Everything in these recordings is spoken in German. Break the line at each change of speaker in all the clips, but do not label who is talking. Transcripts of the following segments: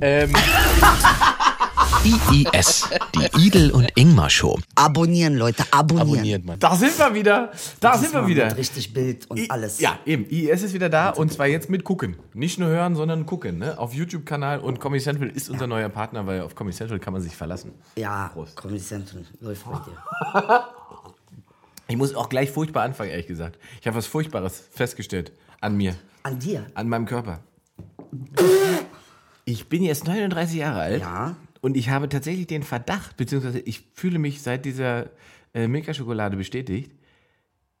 Ähm. IIS, die Idel und Ingmar Show.
Abonnieren, Leute, abonnieren.
Abonniert man.
Da sind wir wieder. Da sind wir wieder.
Mit richtig Bild und
I-
alles.
Ja, eben. IES ist wieder da und zwar jetzt mit gucken. Nicht nur hören, sondern gucken. Ne? Auf YouTube-Kanal und Comedy Central ist unser neuer Partner, weil auf Comedy Central kann man sich verlassen.
Ja,
Prost.
Kommissarin, läuft bei dir.
Ich muss auch gleich furchtbar anfangen, ehrlich gesagt. Ich habe was Furchtbares festgestellt an mir,
An dir?
an meinem Körper. Ich bin jetzt 39 Jahre alt
Ja.
und ich habe tatsächlich den Verdacht, beziehungsweise ich fühle mich seit dieser äh, Milka-Schokolade bestätigt.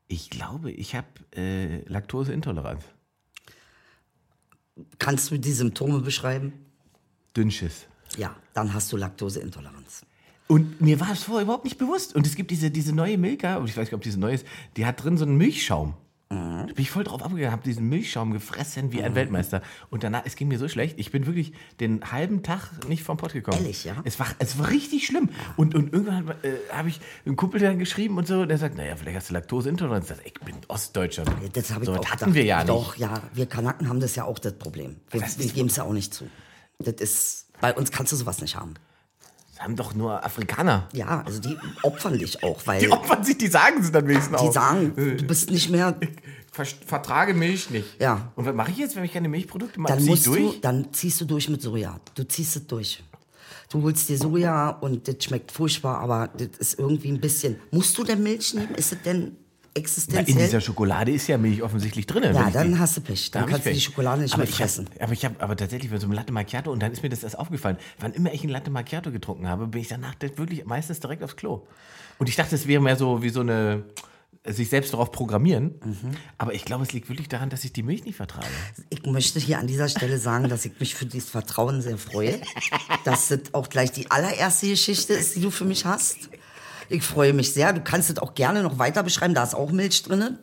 Ich glaube, ich habe äh, Laktoseintoleranz.
Kannst du die Symptome beschreiben?
Dünnschiss.
Ja, dann hast du Laktoseintoleranz.
Und mir war es vorher überhaupt nicht bewusst. Und es gibt diese, diese neue Milka, aber ich weiß nicht, ob diese neue ist, die hat drin so einen Milchschaum. Da
Mhm.
bin ich voll drauf abgegangen, habe diesen Milchschaum gefressen wie ein Weltmeister. Und danach, es ging mir so schlecht, ich bin wirklich den halben Tag nicht vom Pott gekommen.
Ehrlich, ja?
Es war, es war richtig schlimm. Und, und irgendwann hat, äh, habe ich einen Kumpel dann geschrieben und so, der sagt, naja, vielleicht hast du Laktoseintoleranz. Ich sag, ich bin Ostdeutscher.
Das habe ich
so,
auch
was
gedacht.
hatten wir ja nicht.
Doch, ja, wir Kanaken haben das ja auch, das Problem. Wir,
Das
wir
ist-
geben es ja auch nicht zu. Das ist, bei uns kannst du sowas nicht haben.
Das haben doch nur Afrikaner.
Ja, also die opfern dich auch, weil
Die
die,
opfern sich, die sagen sie dann wenigstens auch. Äh.
sagen, du bist nicht mehr,
Ver vertrage Milch nicht.
Ja.
Und was mache ich jetzt, wenn ich keine Milchprodukte mache?
dann
Zieh ich
musst
durch?
du, dann ziehst du durch mit Soja. Du ziehst es durch. Du holst dir Soja und das schmeckt furchtbar, aber das ist irgendwie ein bisschen. Musst du denn Milch nehmen? Ist es denn
Na, in dieser
existenziell?
Schokolade ist ja Milch offensichtlich drin.
ja, dann hast du Pech. Dann kannst du die Schokolade nicht
aber
mehr
ich
fressen.
Hab, aber ich habe aber tatsächlich bei so einem Latte Macchiato und dann ist mir das erst aufgefallen. Wann immer ich einen Latte Macchiato getrunken habe, bin ich danach dann wirklich meistens direkt aufs Klo. Und ich dachte, es wäre mehr so wie so eine sich selbst darauf programmieren.
Mhm.
Aber ich glaube, es liegt wirklich daran, dass ich die Milch nicht vertrage.
Ich möchte hier an dieser Stelle sagen, dass ich mich für dieses Vertrauen sehr freue. Dass das auch gleich die allererste Geschichte ist, die du für mich hast. Ich freue mich sehr. Du kannst das auch gerne noch weiter beschreiben. Da ist auch Milch drin.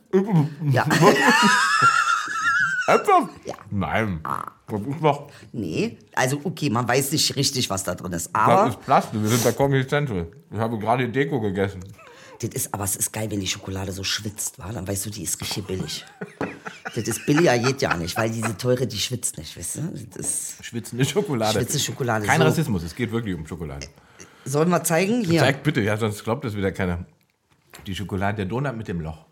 Ja.
Einfach? Ja. Nein. Das ist noch,
Nee. Also, okay, man weiß nicht richtig, was da drin ist. Aber
Plastik. Wir sind bei Comedy Central. Ich habe gerade Deko gegessen.
Das ist, aber es ist geil, wenn die Schokolade so schwitzt, war. Dann weißt du, die ist richtig billig. das ist billiger geht ja nicht, weil diese teure, die schwitzt nicht, weißt du? Das ist,
Schwitzende Schokolade.
Schwitze Schokolade,
Kein
Also so.
Rassismus, es geht wirklich um Schokolade.
sollen wir zeigen? Hier.
Zeigt bitte, ja, sonst glaubt das wieder keiner. Die Schokolade, der Donut mit dem Loch.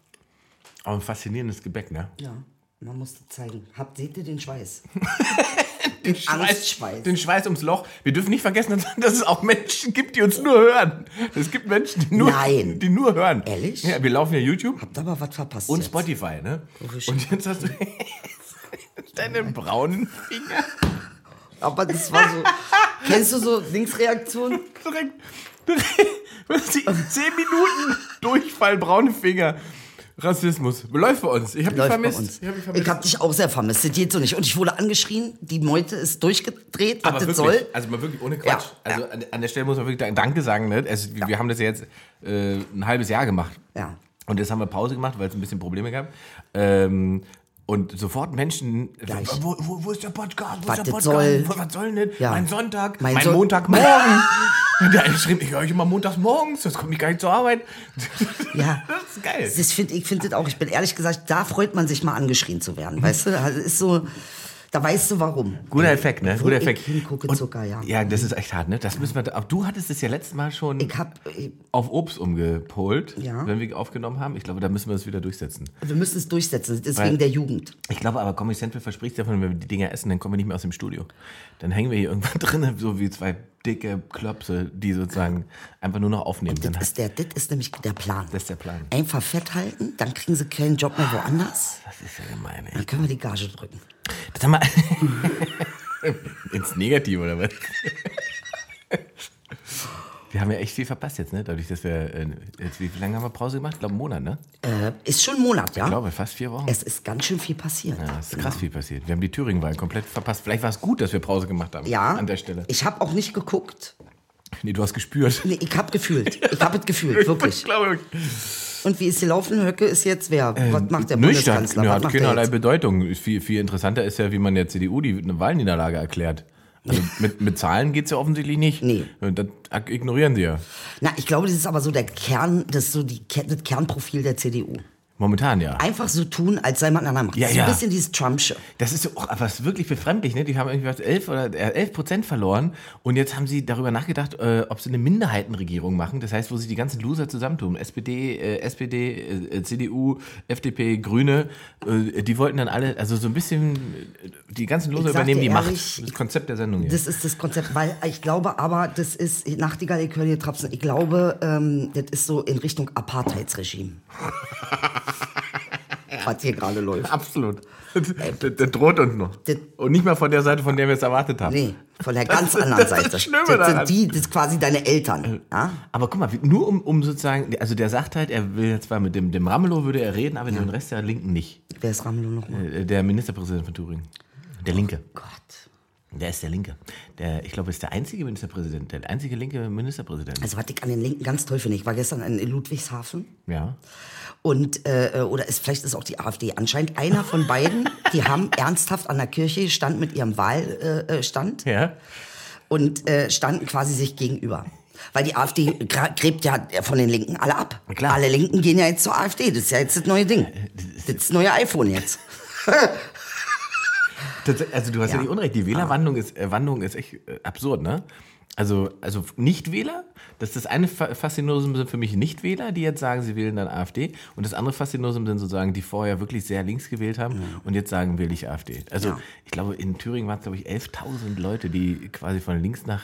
Aber ein faszinierendes Gebäck, ne?
Ja, man muss das zeigen. Habt, seht ihr den Schweiß?
Den
Angstschweiß.
Den Schweiß ums Loch. Wir dürfen nicht vergessen, dass es auch Menschen gibt, die uns nur hören. Es gibt Menschen, die nur,
Nein.
Die nur hören.
Ehrlich?
Ja, wir laufen ja YouTube
Habt aber was verpasst.
und
jetzt. Oh,
Spotify, ne?
Verrückt.
Und jetzt hast du deine braunen Finger
Aber das war so. kennst du so Linksreaktionen?
direkt, direkt die zehn Minuten Durchfall, braune Finger. Rassismus. Läuft bei uns. Ich habe dich
Läuft
vermisst.
bei uns.
Ich hab dich
Ich,
vermisst.
hab dich auch sehr vermisst. Das geht so nicht. Und ich wurde angeschrien. Die Meute ist durchgedreht. Was
Aber
das
wirklich,
soll.
also mal wirklich ohne Quatsch.
Ja,
also An, an der Stelle muss man wirklich da- Danke sagen. Ne? Also, wir- Wir haben das ja jetzt äh, ein halbes Jahr gemacht.
Ja.
Und jetzt haben wir Pause gemacht, weil es ein bisschen Probleme gab. Ähm, und sofort Menschen.
Gleich.
Wo, wo, wo ist der Podcast? Wo
Was
ist der Podcast?
das soll.
Wo- Was soll denn das?
Ja.
Mein Sonntag, mein,
Mein Son-
Montagmorgen. Und der eine schrieb, ich höre euch immer montags morgens, das kommt ich gar nicht zur Arbeit.
Ja.
Das ist geil.
Das find, ich finde das auch. Ich bin ehrlich gesagt, da freut man sich mal angeschrien zu werden. Weißt du, also ist so, da weißt du warum.
Guter Effekt, ne? Guter
ich
Effekt.
hingucke,
Und-
Zucker, ja.
Ja, das ist echt hart, ne? Das müssen wir. Aber du hattest es ja letztes Mal schon.
Ich hab, ich,
auf Obst umgepolt,
Ja.
wenn wir aufgenommen haben. Ich glaube, da müssen wir es wieder durchsetzen.
wir müssen es durchsetzen. Das ist
Weil-
wegen der Jugend.
Ich glaube aber, Comedy Central verspricht davon, wenn wir die Dinger essen, dann kommen wir nicht mehr aus dem Studio. Dann hängen wir hier irgendwann drinnen, so wie zwei dicke Klöpse, die sozusagen einfach nur noch aufnehmen. Dann
Das ist, der, das ist nämlich der Plan.
Das ist der Plan.
Einfach fett halten, dann kriegen sie keinen Job mehr woanders.
das ist ja gemein, ey.
Dann können wir die Gage drücken.
Das haben wir Ins Negative, oder was? Wir haben ja echt viel verpasst jetzt, ne? Dadurch, dass wir. Äh, jetzt, wie lange haben wir Pause gemacht? Ich glaube, einen Monat, ne?
Äh, ist schon ein Monat, ja?
Ich glaube, fast vier Wochen.
Es ist ganz schön viel passiert.
Ja, es ist krass viel passiert. Wir haben die Thüringen-Wahl komplett verpasst. Vielleicht war es gut, dass wir Pause gemacht haben.
Ja.
An der Stelle.
Ich habe auch nicht geguckt.
Nee, du hast gespürt.
Nee, ich habe gefühlt. Ich habe es gefühlt, wirklich.
glaube,
Und wie ist die laufende Höcke? Ist jetzt wer? Was macht der
Ähm, nüchtern.
Bundeskanzler?
Ja,
Was
hat
macht der
keinerlei
jetzt?
Bedeutung. Ist Viel, viel interessanter ist ja, wie man der CDU die eine Wahlniederlage erklärt. Also mit, mit Zahlen geht es ja offensichtlich nicht.
Nee.
Und Das ag- ignorieren sie ja.
Na, ich glaube, das ist aber so der Kern, das ist so die, Ke- das Kernprofil der CDU.
Momentan ja.
Einfach so tun, als sei man einer Macht.
Ja,
das ist
ja.
ein bisschen dieses Trumpsche.
Das ist so auch was wirklich befremdlich, ne? Die haben irgendwie was 11 oder äh, 11 Prozent verloren und jetzt haben sie darüber nachgedacht, äh, ob sie eine Minderheitenregierung machen. Das heißt, wo sich die ganzen Loser zusammentun. SPD, äh, SPD, äh, äh, CDU, FDP, Grüne, äh, die wollten dann alle, also so ein bisschen, äh, die ganzen Loser
Ich sag dir
übernehmen die
ehrlich,
Macht. Das Konzept der Sendung hier.
Das ist das Konzept, weil äh, ich glaube aber, das ist, Nachtigall, ich höre hier trapsen, ich glaube, ähm, das ist so in Richtung Apartheidsregime. Was hier gerade läuft.
Absolut. Der, der droht uns noch.
Äh, Das-
Und nicht mal von der Seite, von der wir es erwartet haben.
Nee, von der
Das
ganz
ist-
anderen
das ist
Seite.
das Schlimme
das
daran. Äh.
sind die, das ist quasi deine Eltern. Ja?
Aber guck mal, wie- nur um, um sozusagen, also der sagt halt, er will zwar mit dem, dem Ramelow würde er reden, aber mit dem Rest der Linken nicht.
Wer ist Ramelow nochmal?
Äh, Der Ministerpräsident von Thüringen. Der Linke.
Gott.
Der ist der Linke. Der, ich glaube, ist der einzige Ministerpräsident, der einzige linke Ministerpräsident.
Also was ich an den Linken ganz toll finde, ich war gestern in Ludwigshafen
ja.
und äh, oder ist vielleicht ist auch die AfD anscheinend einer von beiden, die haben ernsthaft an der Kirche gestanden mit ihrem Wahlstand äh, Stand
Ja.
und äh, standen quasi sich gegenüber. Weil die AfD gra- gräbt ja von den Linken alle ab.
klar. Äh,
Alle Linken gehen ja jetzt zur AfD. Das ist ja jetzt das neue Ding. Das ist das neue iPhone jetzt.
Tats- Also du hast ja,
Ja.
nicht Unrecht. Die Wählerwandlung ist, äh, Wandlung ist echt äh, absurd, ne? Also, also Nichtwähler, das ist das eine Fa- Faszinosum sind für mich Nichtwähler, die jetzt sagen, sie wählen dann AfD. Und das andere Faszinosum sind sozusagen, die vorher wirklich sehr links gewählt haben und jetzt sagen, wähle ich AfD. Also
Ja.
ich glaube, in Thüringen waren es, glaube ich, 11.000 Leute, die quasi von links nach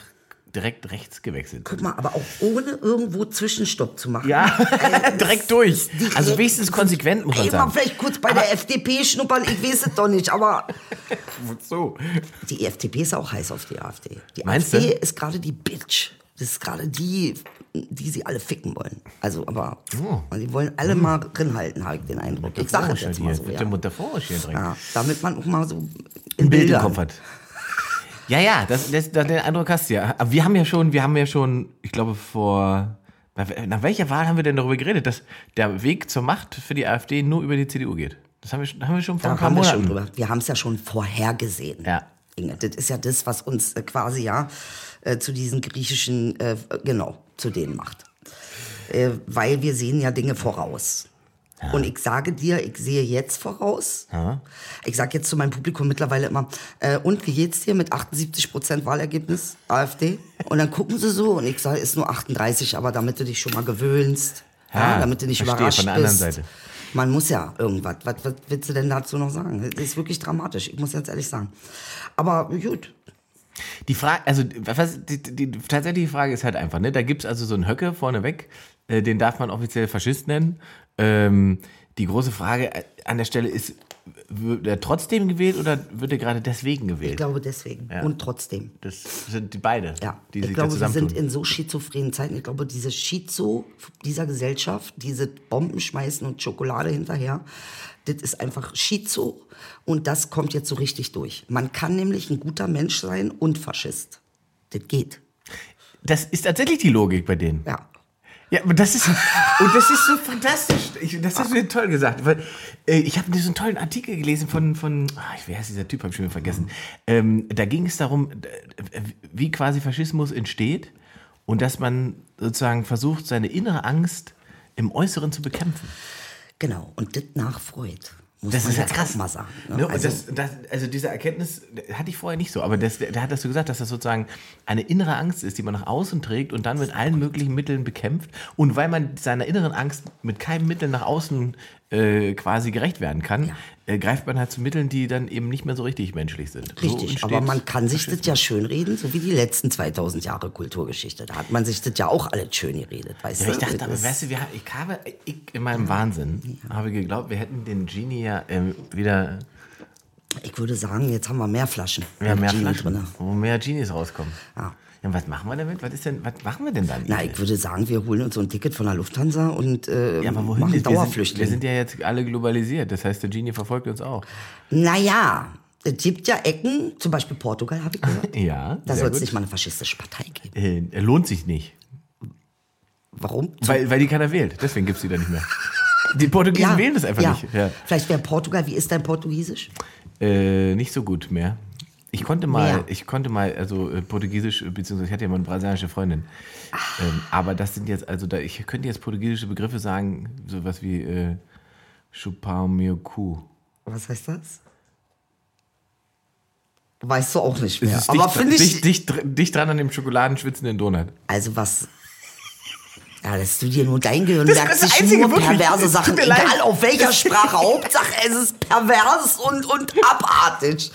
direkt rechts gewechselt sind.
Guck mal, aber auch ohne irgendwo Zwischenstopp zu machen.
Ja, direkt durch.
die-
Also wenigstens konsequent, muss man
Ey, mal
sagen.
vielleicht kurz bei der FDP schnuppern, ich weiß es doch nicht, aber
So.
die E FDP ist auch heiß auf die AfD. Die
Meinst
AfD
du?
ist gerade die Bitch. Das ist gerade die, die sie alle ficken wollen. Also, aber
Oh.
und die wollen
Hm.
alle mal drinhalten, habe ich den Eindruck. Ich sage es jetzt mal so.
Bitte
Ja.
Mutter Forsch hier direkt.
Ja, damit man auch mal so
Ein
in
Bild im
Bildern.
Kopf hat. Ja, ja, das, das, das, den Eindruck hast du ja. Aber wir haben ja schon, wir haben ja schon, ich glaube, vor. Nach welcher Wahl haben wir denn darüber geredet, dass der Weg zur Macht für die AfD nur über die CDU geht? Das haben wir, schon- haben wir schon vor
Da
ein paar
haben wir schon
Monaten.
drüber. Wir haben es ja schon vorhergesehen.
Ja.
Inge, das ist ja das, was uns äh, quasi ja äh, zu diesen griechischen, äh, genau, zu denen macht. Äh, weil wir sehen ja Dinge voraus. Und ich sage dir, ich sehe jetzt voraus. Ich sage jetzt zu meinem Publikum mittlerweile immer, äh, und wie geht's dir mit 78% Wahlergebnis AfD? Und dann gucken sie so und ich sage, ist nur 38, aber damit du dich schon mal gewöhnst, ja,
Ja,
damit du nicht
verstehe,
überrascht
von der anderen
bist.
Seite.
Man muss ja irgendwas. Was, was willst du denn dazu noch sagen? Das ist wirklich dramatisch. Ich muss ganz ehrlich sagen. Aber gut.
Die Frage, also was, die, die, die tatsächliche Frage ist halt einfach, ne? Da gibt's also so einen Höcke vorneweg, äh, den darf man offiziell Faschist nennen. Ähm, die große Frage äh, an der Stelle ist, wird er trotzdem gewählt oder wird er gerade deswegen
Ich
gewählt?
glaube deswegen. Und trotzdem.
Das sind die beide,
Ja.
die
ich
sich da
glaube, wir sind
zusammentun.
in so schizophrenen Zeiten. Ich glaube, diese Schizo dieser Gesellschaft, diese Bomben schmeißen und Schokolade hinterher, das ist einfach Schizo. Und das kommt jetzt so richtig durch. Man kann nämlich ein guter Mensch sein und Faschist. Das geht.
Das ist tatsächlich die Logik bei denen.
Ja.
Ja, aber das ist und das ist so fantastisch. Ich, das hast du dir toll gesagt, weil äh, ich habe diesen tollen Artikel gelesen von von ah, ich weiß dieser Typ, habe ich schon wieder vergessen. Ähm, da ging es darum, d- äh, wie quasi Faschismus entsteht und dass man sozusagen versucht, seine innere Angst im Äußeren zu bekämpfen.
Genau. Und das nach Freud. Muss
Das
man
ist ja
jetzt
krass.
Auch mal sagen. ne?
Ne, und
Also-
das, das, also diese Erkenntnis äh, hatte ich vorher nicht so, aber das, da hattest du gesagt, dass das sozusagen eine innere Angst ist, die man nach außen trägt und dann mit allen möglichen Mitteln bekämpft. Und weil man seiner inneren Angst mit keinem Mittel nach außen äh, quasi gerecht werden kann, äh, greift man halt zu Mitteln, die dann eben nicht mehr so richtig menschlich sind. So
Richtig, aber
entsteht-
man kann sich das ja schön reden, so wie die letzten 2000 Jahre Kulturgeschichte. Da hat man sich das ja auch alles schön geredet, weißt
Ja,
du?
ich dachte,
Das
aber
ist-
weißt du, wir, ich habe ich in meinem Wahnsinn habe geglaubt, wir hätten den Genie ja ähm, wieder
ich würde sagen, jetzt haben wir mehr Flaschen.
ja,
mit
mehr
Gin
Flaschen,
drinne.
wo mehr Genies rauskommen.
Ja.
Ja, und was machen wir damit? Was, ist denn, was machen wir denn dann?
Ah. Na, ich würde sagen, wir holen uns so ein Ticket von der Lufthansa und äh,
ja, aber wohin
machen
ist- wir sind, wir
Dauerflüchtlinge.
sind ja jetzt alle globalisiert. Das heißt, der Genie verfolgt uns auch.
Naja, es gibt ja Ecken, zum Beispiel Portugal, habe ich gehört.
Ja,
Da
sehr
soll es
gut.
nicht mal eine faschistische Partei geben.
Äh, lohnt sich nicht.
Warum?
Weil, weil die keiner wählt. Deswegen gibt es die da nicht mehr. Die Portugiesen wählen das einfach
ja.
nicht. Ja.
Vielleicht wäre Portugal, wie ist dein Portugiesisch?
Äh, nicht so gut mehr. Ich konnte mal,
Mehr.
ich konnte mal, also äh, Portugiesisch, äh, beziehungsweise ich hatte ja mal eine brasilianische Freundin.
Ah.
Ähm, aber das sind jetzt, also da, ich könnte jetzt portugiesische Begriffe sagen, sowas wie äh, Chupamioku.
Was heißt das? Weißt du auch nicht mehr.
Es ist
Aber
dicht-
finde ich.
dicht, dicht, dr- dicht dran an dem schokoladenschwitzenden Donut.
Also was. Ja, das du dir nur dein Gehirn merkt
ist das
sich
Einzige,
nur
wirklich.
perverse
Es tut
Sachen,
mir leid.
egal auf welcher Sprache. Hauptsache es ist pervers und, und abartig.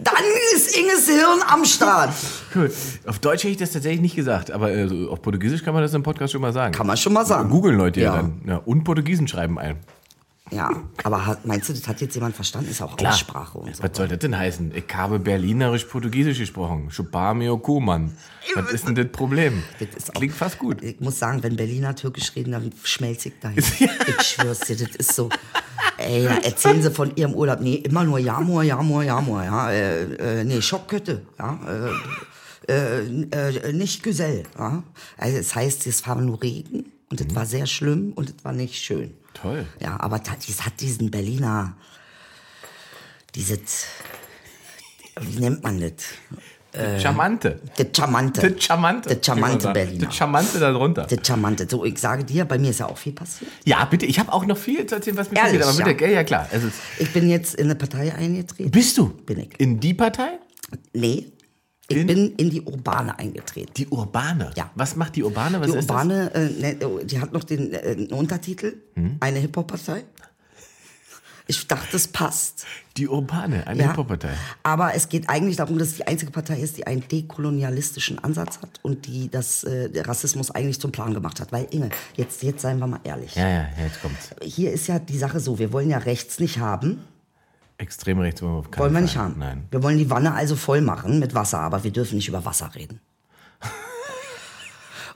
Dann ist Inges Hirn am Start.
Cool. Auf Deutsch hätte ich das tatsächlich nicht gesagt, aber äh, so auf Portugiesisch kann man das im Podcast schon mal sagen.
Kann man schon mal sagen.
Googeln Leute ja,
Ja.
dann. Ja, und Portugiesen schreiben ein.
Ja, aber hat- meinst du, das hat jetzt jemand verstanden? Ist auch Aussprache und so.
Was soll das denn heißen? Ich habe Berlinerisch-Portugiesisch gesprochen. Schupamio Kuhmann. Was ist denn das Problem?
ist auch-
Klingt fast gut.
Ich muss sagen, wenn Berliner Türkisch reden, dann schmelze ich dahin. Ich schwör's dir, das ist so. Ey, da erzählen sie von ihrem Urlaub. Nee, immer nur Jamor, Jamor, Jamor. Ja. Äh, äh, nee, Schockkötte. Ja. Äh, äh, äh, nicht Gesell. Ja. Also es heißt, es war nur Regen und es war sehr schlimm und es war nicht schön.
Toll.
Ja, aber ta- dies hat diesen Berliner, dieses, wie nennt man das?
Charmante.
Das Charmante.
Das Charmante.
Das Äh, Charmante
wie man sagt.
Berliner.
Das Charmante darunter.
Das Charmante. So, ich sage dir, bei mir ist ja auch viel passiert.
Ja, bitte. Ich habe auch noch viel zu erzählen, was mir
Ehrlich,
passiert. Aber bitte,
ja.
gell, ja klar. Also,
Ich bin jetzt in eine Partei eingetreten.
bist du?
Bin ich.
In die Partei?
Nee, ich
In-
bin in die Urbane eingetreten.
Die Urbane.
Ja.
Was macht die Urbane? Was
Die
ist
Urbane, äh, ne- oh, die hat noch den äh, einen Untertitel,
Hm?
eine Hip-Hop-Partei. Ich dachte, es passt.
das? Die Urbane, eine
Ja.
Hip-Hop-Partei.
Aber es geht eigentlich darum, dass es die einzige Partei ist, die einen dekolonialistischen Ansatz hat und die das äh, der Rassismus eigentlich zum Plan gemacht hat. Weil Inge, jetzt, jetzt seien wir mal ehrlich.
Ja, ja, jetzt kommt's.
Hier ist ja die Sache so, wir wollen ja rechts nicht haben.
Extrem rechts wollen wir auf keinen
Wollen wir
Fall.
nicht haben.
Nein.
Wir wollen die Wanne also voll machen mit Wasser, aber wir dürfen nicht über Wasser reden.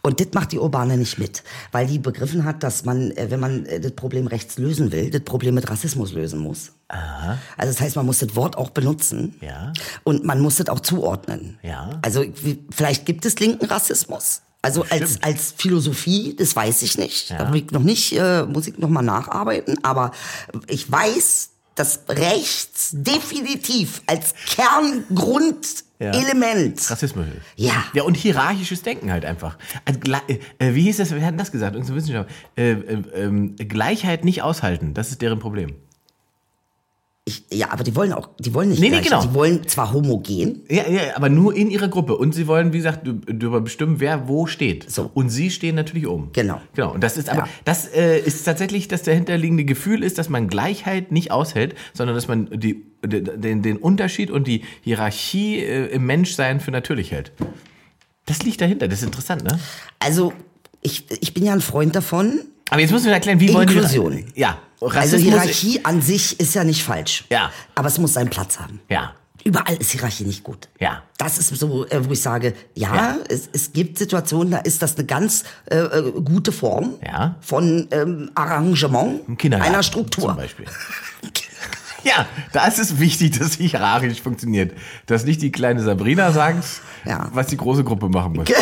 Und das macht die Urbane nicht mit, weil die begriffen hat, dass man, äh, wenn man äh, das Problem rechts lösen will, das Problem mit Rassismus lösen muss. Also das heißt, man muss das Wort auch benutzen
Ja.
und man muss das auch zuordnen.
Ja.
Also wie- vielleicht gibt es linken Rassismus. Also als, als Philosophie, das weiß ich nicht. Da bin ich noch nicht, äh, muss ich noch mal nacharbeiten. Aber ich weiß, dass rechts definitiv als
Ja.
Kerngrundelement.
Rassismus.
Ja.
Ja, und hierarchisches Denken halt einfach. Also, gle- äh, wie hieß das? Wir hatten das gesagt, unsere Wissenschaft. Äh, äh, ähm, Gleichheit nicht aushalten, das ist deren Problem.
Ich, ja, aber die wollen auch, die wollen nicht
Nee, nee,
gleich.
genau.
Die wollen zwar homogen,
Ja, ja, aber nur in ihrer Gruppe. Und sie wollen, wie gesagt, dü- darüber bestimmen, wer wo steht.
So.
Und sie stehen natürlich oben.
Genau.
Genau. Und das ist aber,
Ja.
das äh, ist tatsächlich das dahinterliegende Gefühl ist, dass man Gleichheit nicht aushält, sondern dass man die, de- den, den Unterschied und die Hierarchie äh, im Menschsein für natürlich hält. Das liegt dahinter. Das ist interessant, ne?
also ich, ich bin ja ein Freund davon.
Aber jetzt müssen wir erklären, wie wollen
Inklusion.
die... Ja.
Also
Rassismus-
Hierarchie an sich ist ja nicht falsch.
Ja.
Aber es muss seinen Platz haben.
Ja.
Überall ist Hierarchie nicht gut.
Ja.
Das ist so, äh, wo ich sage, ja, Es, es gibt Situationen, da ist das eine ganz äh, äh, gute Form
Ja.
von ähm, Arrangement
Im Kindergarten
einer
Zum
Struktur.
Beispiel. ja, da ist es wichtig, dass hierarchisch funktioniert. Dass nicht die kleine Sabrina sagt,
Ja.
was die große Gruppe machen muss. das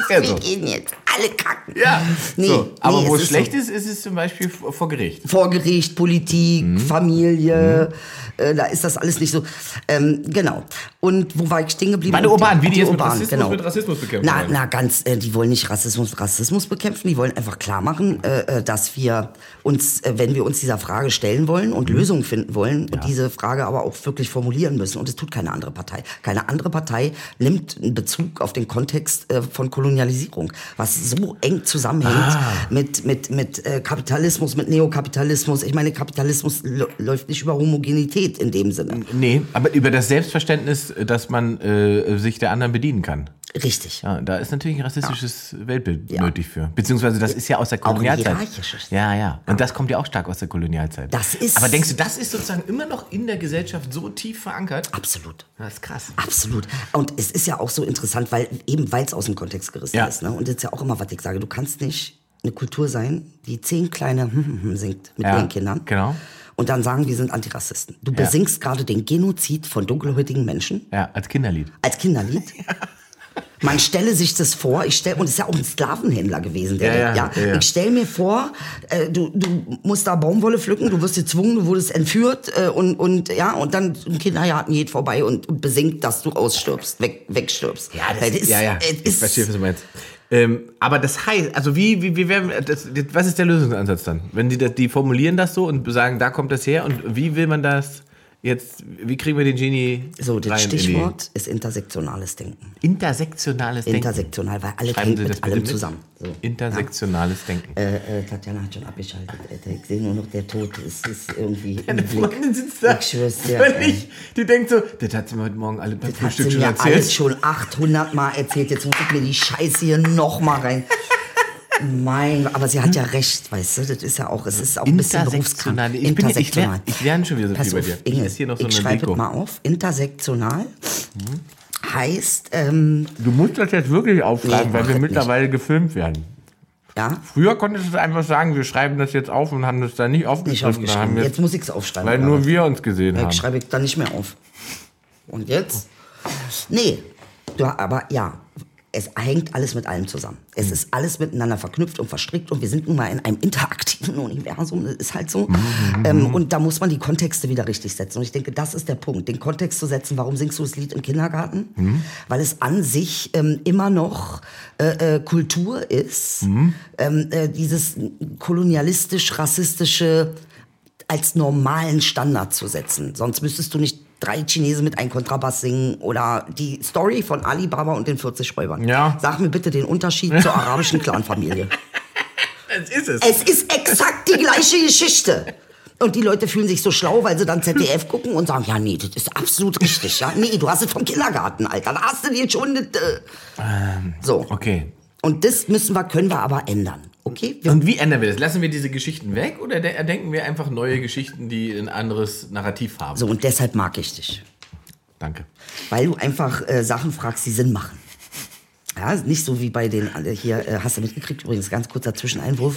ist ja
Wir
so.
gehen jetzt alle kacken.
Ja,
Nee,
so. aber
nee,
wo es
es ist
schlecht
so.
ist, ist es zum Beispiel vor vor Gericht.
Vor Gericht, Politik,
Mhm.
Familie, äh, da ist das alles nicht so. Ähm, genau. Und wo war ich stehen geblieben?
Bei der Urban, wie die jetzt mit
Urban, genau.
Rassismus- mit Rassismus bekämpfen
Na,
wollen.
na ganz, äh, die wollen nicht Rassismus mit Rassismus bekämpfen, die wollen einfach klar machen, äh, äh, dass wir uns, äh, wenn wir uns dieser Frage stellen wollen und Lösungen finden wollen und diese Frage aber auch wirklich formulieren müssen. Und das tut keine andere Partei. Keine andere Partei nimmt einen Bezug auf den Kontext äh, von Kolonialisierung, was so eng zusammenhängt mit, mit, mit äh, Kapitalismus, mit Neokapitalismus. Ich meine, Kapitalismus lo- läuft nicht über Homogenität in dem Sinne.
Nee, aber über das Selbstverständnis, dass man äh, sich der anderen bedienen kann.
Richtig.
Ja, da ist natürlich ein rassistisches Weltbild
Ja.
nötig für. Beziehungsweise das ist ja aus der
Auch ein
Kolonialzeit.
hierarchisches.
ja, ja. Und das kommt ja auch stark aus der Kolonialzeit.
Das ist-
Aber denkst du, das ist sozusagen immer noch in der Gesellschaft so tief verankert?
Absolut.
Das ist krass.
Absolut. Und es ist ja auch so interessant, weil eben weil es aus dem Kontext gerissen
Ja.
ist. Ne? Und das ist ja auch immer, was ich sage. Du kannst nicht eine Kultur sein, die zehn kleine singt mit
Ja,
ihren Kindern.
genau.
Und dann sagen, wir sind Antirassisten. Du besingst gerade den Genozid von dunkelhäutigen Menschen
Ja, als Kinderlied.
als Kinderlied. Man stelle sich das vor, ich stell, und es ist ja auch ein Sklavenhändler gewesen, der,
Ja,
ja,
ja, ja, ja.
Ich stell mir vor, äh, du, du musst da Baumwolle pflücken, du wirst gezwungen, du wurdest entführt äh, und, und ja, und dann ein Kindergarten geht vorbei und, und besingt, dass du ausstirbst, weg, wegstirbst.
Ja, das, ja, ja.
Es
ich verstehe, was
ist,
du meinst. Ähm, aber das heißt, also wie, wie, wie werden, das, das, was ist der Lösungsansatz dann? Wenn die, das- die formulieren das so und sagen, da kommt das her und wie will man das jetzt, wie kriegen wir den Genie
So, das
rein in die-
Stichwort ist intersektionales Denken.
Intersektionales Denken.
Intersektional, weil alles
Schreiben
hängt
Sie das
mit
bitte
allem
mit.
zusammen. So.
Intersektionales Denken.
Äh, äh, Tatjana hat schon abgeschaltet, Alter. Ich sehe nur noch der Tod. Es ist irgendwie im
Freundin
Blick.
sitzt da
Ich schwör's dir.
völlig,
ey.
die denkt so, das hat sie mir heute Morgen alle beim
Das hat
Frühstück
sie
schon
mir alles
erzählt.
schon 800 Mal erzählt. Jetzt muss ich mir die Scheiße hier nochmal rein. Mein, aber sie
Hm?
hat ja recht, weißt du, das ist ja auch, es ist auch ein bisschen berufskrank.
Intersektionale- ich bin- ich lerne- ich lerne schon wieder so
Pass
viel bei
auf,
dir.
Inge,
Ist hier noch so
ich
eine
schreibe
Deko.
es mal auf. Intersektional
Hm?
heißt, ähm,
Du musst das jetzt wirklich aufschreiben,
Nee,
weil
mach
wir
das
mittlerweile gefilmt werden.
ja,
Früher konntest du einfach sagen, wir schreiben das jetzt auf und haben das dann nicht
nicht
aufgeschrieben. Da haben
aufgeschrieben.
wir-
Jetzt muss ich es aufschreiben.
weil
aber-
nur wir uns gesehen
Ja,
haben.
Ich Äh, schreibe ich da nicht mehr auf. Und jetzt? Nee, du, aber ja, es hängt alles mit allem zusammen.
Mhm.
Es ist alles miteinander verknüpft und verstrickt und wir sind nun mal in einem interaktiven Universum, das ist halt so.
Mhm,
Ähm, und da muss man die Kontexte wieder richtig setzen. Und ich denke, das ist der Punkt, den Kontext zu setzen, warum singst du das Lied im Kindergarten?
Mhm.
Weil es an sich ähm, immer noch äh, äh, Kultur ist,
Mhm.
ähm, äh, dieses kolonialistisch-rassistische als normalen Standard zu setzen. Sonst müsstest du nicht drei Chinesen mit einem Kontrabass singen oder die Story von Alibaba und den 40 Räubern.
Ja.
Sag mir bitte den Unterschied zur arabischen Clanfamilie.
Das ist es.
Es ist exakt die gleiche Geschichte. Und die Leute fühlen sich so schlau, weil sie dann ZDF gucken und sagen, ja, nee, das ist absolut richtig. Ja, nee, du hast es vom Kindergarten, Alter. Da hast du dir schon... das, Äh. So.
Okay.
Und das müssen wir, können wir aber ändern. Okay? Wir
Und wie ändern wir das? Lassen wir diese Geschichten weg oder de- erdenken wir einfach neue Geschichten, die ein anderes Narrativ haben?
so, und deshalb mag ich dich.
Danke.
Weil du einfach äh, Sachen fragst, die Sinn machen. Ja, nicht so wie bei den, äh, hier äh, hast du mitgekriegt, übrigens ganz kurzer Zwischeneinwurf,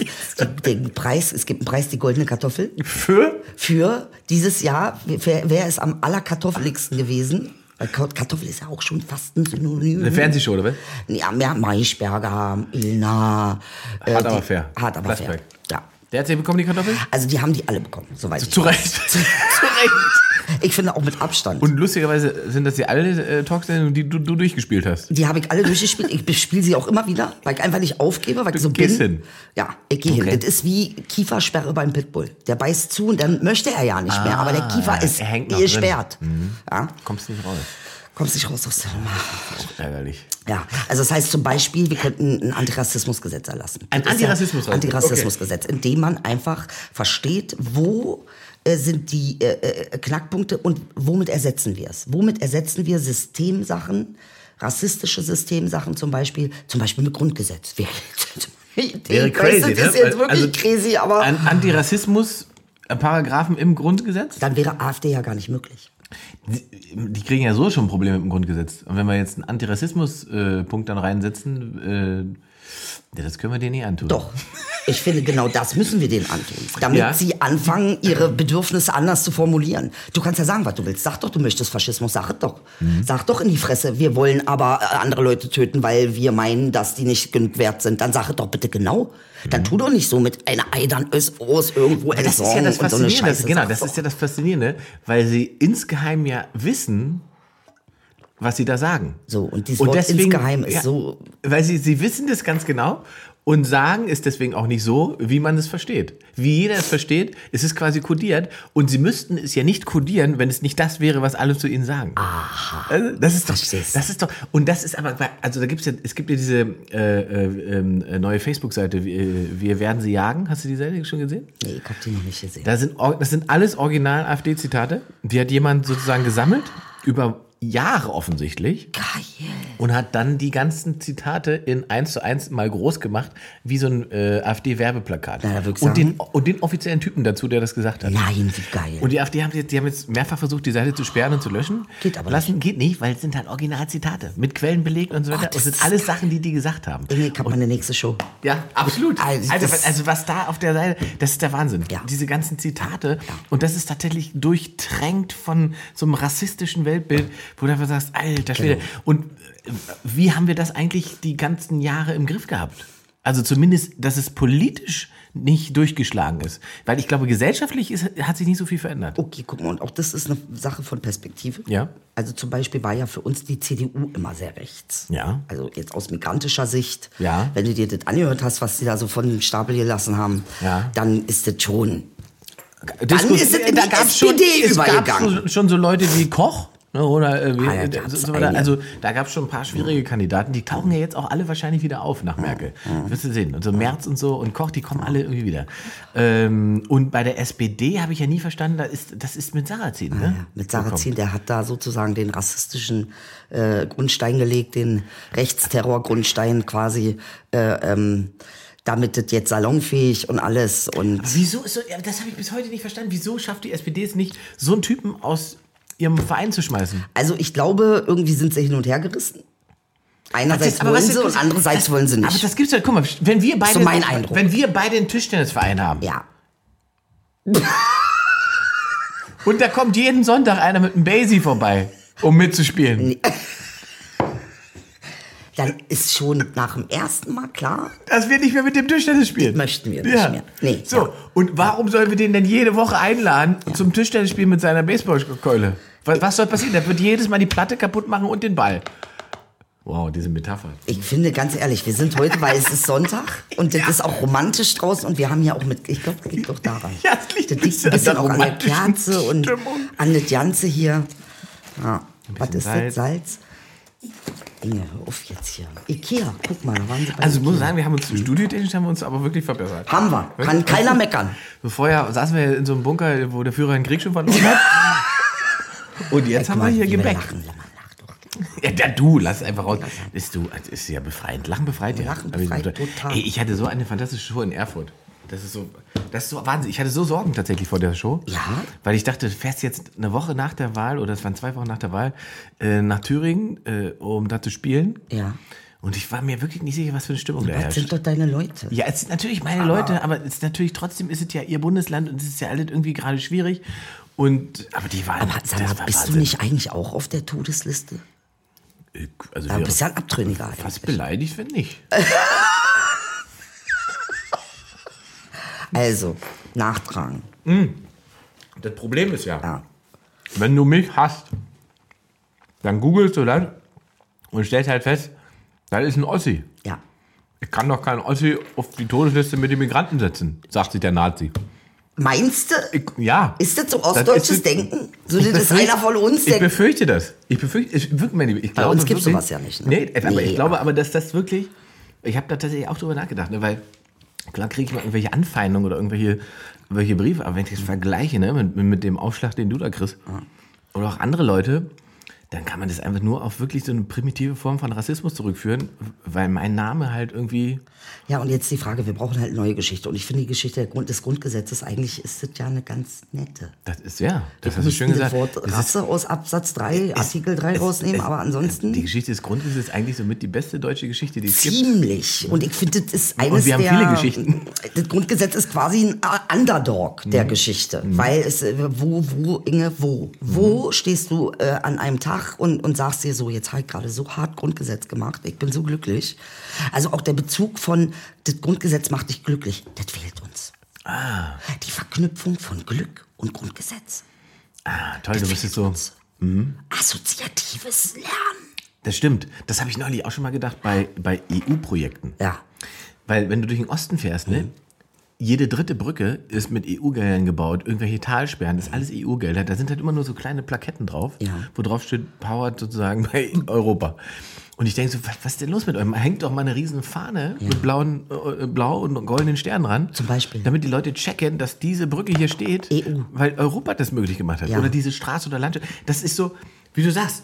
die, den Preis, es gibt einen Preis, die goldene Kartoffel,
Für?
für dieses Jahr, wer, wer ist am allerkartoffeligsten gewesen? Weil Ka- Kartoffel ist ja auch schon fast ein Synonym.
Eine Fernsehshow, oder was?
Ja, mehr Maischberger, Ilna. äh,
Hart aber
die-
fair.
Hart aber fair.
Plasberg.
Ja.
Der hat sie bekommen, die Kartoffeln?
Also die haben die alle bekommen, soweit ich
Zu
weiß.
Recht. Zu Recht.
Ich finde auch mit Abstand.
Und lustigerweise sind das ja alle äh, Talksendungen, die du, du durchgespielt hast.
Die habe ich alle durchgespielt. Ich spiele sie auch immer wieder, weil ich einfach nicht aufgebe, weil ich so bin.
gehst hin.
Ja, ich gehe
Okay.
hin. Das ist wie Kiefersperre beim Pitbull. Der beißt zu und dann möchte er ja nicht mehr, aber der Kiefer ist
Ah, er hängt noch drin. Mhm.
gesperrt. Ja,
Kommst nicht raus.
kommst nicht raus aus der Nummer.
Auch ärgerlich.
Ja, also das heißt zum Beispiel, wir könnten ein Antirassismusgesetz erlassen.
Ein
Das ist ja
Antirassismusgesetz,
Antirassismusgesetz, in dem man einfach versteht, wo äh, sind die äh, äh, Knackpunkte und womit ersetzen wir es? Womit ersetzen wir Systemsachen, rassistische Systemsachen zum Beispiel, zum Beispiel mit Grundgesetz. Wäre
Wäre crazy,
Das ist
ne?
jetzt
Weil-
wirklich
also-
crazy, aber
An Antirassismus-Paragraphen im Grundgesetz?
dann wäre AfD ja gar nicht möglich.
Die, die kriegen ja so schon Probleme mit dem Grundgesetz. Und wenn wir jetzt einen Antirassismus-Punkt dann reinsetzen, äh, ja, das können wir denen nicht antun.
Doch. Ich finde, genau das müssen wir denen antun. Damit
Ja.
sie anfangen, ihre Bedürfnisse anders zu formulieren. Du kannst ja sagen, was du willst. Sag doch, du möchtest Faschismus. Sag es doch.
Mhm.
Sag doch in die Fresse, wir wollen aber äh, andere Leute töten, weil wir meinen, dass die nicht genug wert sind. Dann sag es doch bitte genau. Dann tu doch nicht so mit einer Eidern ist aus irgendwo
Mhm. Das ist ja
entsorgen
das
und so eine
Faszinierende.
Scheiße.
genau,
Sag
das
doch.
ist ja das Faszinierende, weil sie insgeheim ja wissen, was sie da sagen.
So, und dieses Wort insgeheim ist so-
Weil sie, sie wissen das ganz genau und sagen es deswegen auch nicht so, wie man es versteht. Wie jeder es versteht, es ist quasi kodiert und sie müssten es ja nicht kodieren, wenn es nicht das wäre, was alle zu ihnen sagen. Aha. Also, das ist doch,
Verstehst.
das ist doch, und das ist aber, also da gibt's ja, es gibt ja diese äh, äh, ähm, neue Facebook-Seite, wir, wir werden sie jagen. Hast du die Seite schon gesehen?
Nee, ich hab die noch nicht gesehen.
Da sind, or- das sind alles original AfD-Zitate. Die hat jemand sozusagen gesammelt, über Jahre offensichtlich,
Geil.
und hat dann die ganzen Zitate in eins zu eins mal groß gemacht, wie so ein äh, AfD-Werbeplakat.
Na, da würd ich
Und den,
sagen-
und den offiziellen Typen dazu, der das gesagt hat.
Nein, wie geil.
Und die AfD haben jetzt, die haben jetzt mehrfach versucht, die Seite zu sperren und zu löschen.
Geht aber
Lassen, Geht nicht, weil es sind halt Originalzitate. Mit Quellen belegt und so weiter.
das
das sind
ist
alles Sachen, die die gesagt haben.
Inge, ich hab meine nächste Show.
Ja, absolut. Also,
Also
was-
das-
also was da auf der Seite, das ist der Wahnsinn.
Ja.
Diese ganzen Zitate. Und das ist tatsächlich durchtränkt von so einem rassistischen Weltbild, wo du einfach sagst,
Genau.
alter Schwede. Und äh, wie haben wir das eigentlich die ganzen Jahre im Griff gehabt? Also zumindest, dass es politisch nicht durchgeschlagen ist. Weil ich glaube, gesellschaftlich ist, hat sich nicht so viel verändert.
Okay, guck mal, und auch das ist eine Sache von Perspektive.
Ja.
Also zum Beispiel war ja für uns die CDU immer sehr rechts.
Ja.
Also jetzt aus migrantischer Sicht.
Ja.
Wenn du dir das angehört hast, was die da so von dem Stapel gelassen haben,
Ja.
dann ist das schon.
Diskus-
ist es in die
gab's
SPD
es gab
übergegangen.
so, schon so Leute wie Koch. Ne, oder äh, wie,
Ah, ja,
äh,
gab's
so, so, da,
einige.
also da gab es schon ein paar schwierige Kandidaten, die tauchen ja jetzt auch alle wahrscheinlich wieder auf nach Merkel.
Mhm.
Wirst du sehen. Und so Merz und so und Koch, die kommen alle irgendwie wieder. Ähm, und bei der SPD habe ich ja nie verstanden, da ist, das ist mit Sarrazin, ne?
Ah, Ja, mit Sarrazin, der hat da sozusagen den rassistischen äh, Grundstein gelegt, den Rechtsterrorgrundstein quasi, äh, ähm, damit das jetzt salonfähig und alles. Und
Wieso ist so, ja, das habe ich bis heute nicht verstanden. Wieso schafft die SPD es nicht, so einen Typen aus ihrem Verein zu schmeißen?
also ich glaube, irgendwie sind sie hin und her gerissen. Einerseits
aber
wollen
was-
sie und andererseits
das-
wollen sie
Aber
nicht.
das gibt's ja, guck mal, wenn wir beide,
so mein Eindruck.
wenn wir beide einen Tischtennisverein haben
Ja.
und da kommt jeden Sonntag einer mit einem Basie vorbei, um mitzuspielen.
Dann ist schon nach dem ersten Mal klar.
Dass wir nicht mehr mit dem Tischtennis spielen.
möchten wir nicht mehr. Nee,
so, und warum sollen wir den denn jede Woche einladen zum Tischtennisspielen mit seiner Baseballkeule? Was, was soll passieren? Der wird jedes Mal die Platte kaputt machen und den Ball. Wow, diese Metapher.
Ich finde, ganz ehrlich, wir sind heute, weil es ist Sonntag und das ist auch romantisch draußen und wir haben ja auch mit, ich glaube, das liegt doch daran.
Ja, es liegt
das
ein
liegt
bisschen
ein
an
bisschen auch
der
an der
romantischen
Kerze und
Stimmung.
an das Ganze hier. Ja. Was
bisschen
ist
Salz.
das? Salz? Inge, hör auf jetzt hier. Ikea, guck mal, da waren sie bei
Also ich
Ikea.
muss sagen, wir haben uns studiotechnisch haben wir uns aber wirklich verbessert.
Haben wir. Kann keiner meckern.
So vorher saßen wir in so einem Bunker, wo der Führer einen Krieg schon verloren hat. Und jetzt haben wir hier
Lieber
Gebäck.
Halt Lachen, lachen, lachen, doch.
Ja, da, du, lass es einfach raus. Ist du, das ist ja befreiend. Lachen befreit ja.
Lachen befreit, total.
Ey, ich hatte so eine fantastische Show in Erfurt. Das ist so, das ist so Wahnsinn. Ich hatte so Sorgen tatsächlich vor der Show.
Ja?
Weil ich dachte, du fährst jetzt eine Woche nach der Wahl oder es waren zwei Wochen nach der Wahl äh, nach Thüringen, äh, um da zu spielen.
Ja.
Und ich war mir wirklich nicht sicher, was für eine Stimmung da
Das
herrscht.
sind doch deine Leute.
Ja, es sind natürlich meine Leute, aber es ist natürlich trotzdem ist es ja ihr Bundesland und es ist ja alles irgendwie gerade schwierig. Und aber die waren.
Aber sag mal,
das war
bist du
Wahnsinn.
nicht eigentlich auch auf der Todesliste?
Äh, Also
Da
wäre
bist du ja ein Abtrünniger. eigentlich.
fast beleidigt, wenn nicht.
Also, nachtragen.
Das Problem ist ja,
Ja.
wenn du mich hast, dann googelst du das und stellst halt fest, das ist ein Ossi.
Ja.
Ich kann doch keinen Ossi auf die Todesliste mit den Migranten setzen, sagt sich der Nazi.
Meinst du,
Ich, ja.
ist das so
Das
ostdeutsches
ist-
Denken? So, das
Ich
ist
befürchte-
einer von uns,
Ich
der
befürchte das. Ich befürchte, ich, wirklich, meine Liebe, ich
Bei
glaube,
uns gibt's
wirklich-
sowas ja nicht, ne?
Nee, aber
Nee.
ich glaube aber, dass das wirklich, ich habe da tatsächlich auch drüber nachgedacht, ne, weil klar kriege ich mal irgendwelche Anfeindungen oder irgendwelche, irgendwelche Briefe, aber wenn ich das vergleiche ne, mit, mit dem Aufschlag, den du da kriegst, oder auch andere Leute, dann kann man das einfach nur auf wirklich so eine primitive Form von Rassismus zurückführen, weil mein Name halt irgendwie
Ja, und jetzt die Frage, wir brauchen halt eine neue Geschichte. Und ich finde die Geschichte der Grund, des Grundgesetzes, eigentlich ist das ja eine ganz nette.
Das ist ja, das
Wir
hast du schön
müssten
gesagt.
Das Wort
Es ist-
Rasse aus Absatz 3, Artikel 3
es-
rausnehmen,
es-
aber ansonsten
Die Geschichte des Grundes ist eigentlich somit die beste deutsche Geschichte, die es gibt.
ziemlich. Und ich finde, das ist eines
wir haben
der... äh,
viele Geschichten. Mhm.
Das Grundgesetz ist quasi ein A- Underdog der Geschichte. Weil es, äh, wo, wo, Inge, wo?
Mhm.
Wo stehst du äh, an einem Tag und, und sagst dir so, jetzt habe ich gerade so hart Grundgesetz gemacht, ich bin so glücklich. Also auch der Bezug von, das Grundgesetz macht dich glücklich, das fehlt uns. Die Verknüpfung von Glück und Grundgesetz.
Ah, toll, du bist jetzt so. mhm.
Assoziatives Lernen.
Das stimmt. Das habe ich neulich auch schon mal gedacht bei, bei E EU-Projekten.
Ja.
Weil wenn du durch den Osten fährst,
Mhm.
ne? Jede dritte Brücke ist mit EU-Geldern gebaut, irgendwelche Talsperren, das ist alles EU-Gelder. Da sind halt immer nur so kleine Plaketten drauf,
Ja.
wo drauf steht, powered sozusagen bei Europa. Und ich denke so, was, was ist denn los mit euch? Hängt doch mal eine riesen Fahne mit blauen, äh, blau und goldenen Sternen ran.
Zum Beispiel.
Damit die Leute checken, dass diese Brücke hier steht,
EU.
weil Europa das möglich gemacht hat.
Ja.
Oder diese Straße oder Landschaft. Das ist so, wie du sagst,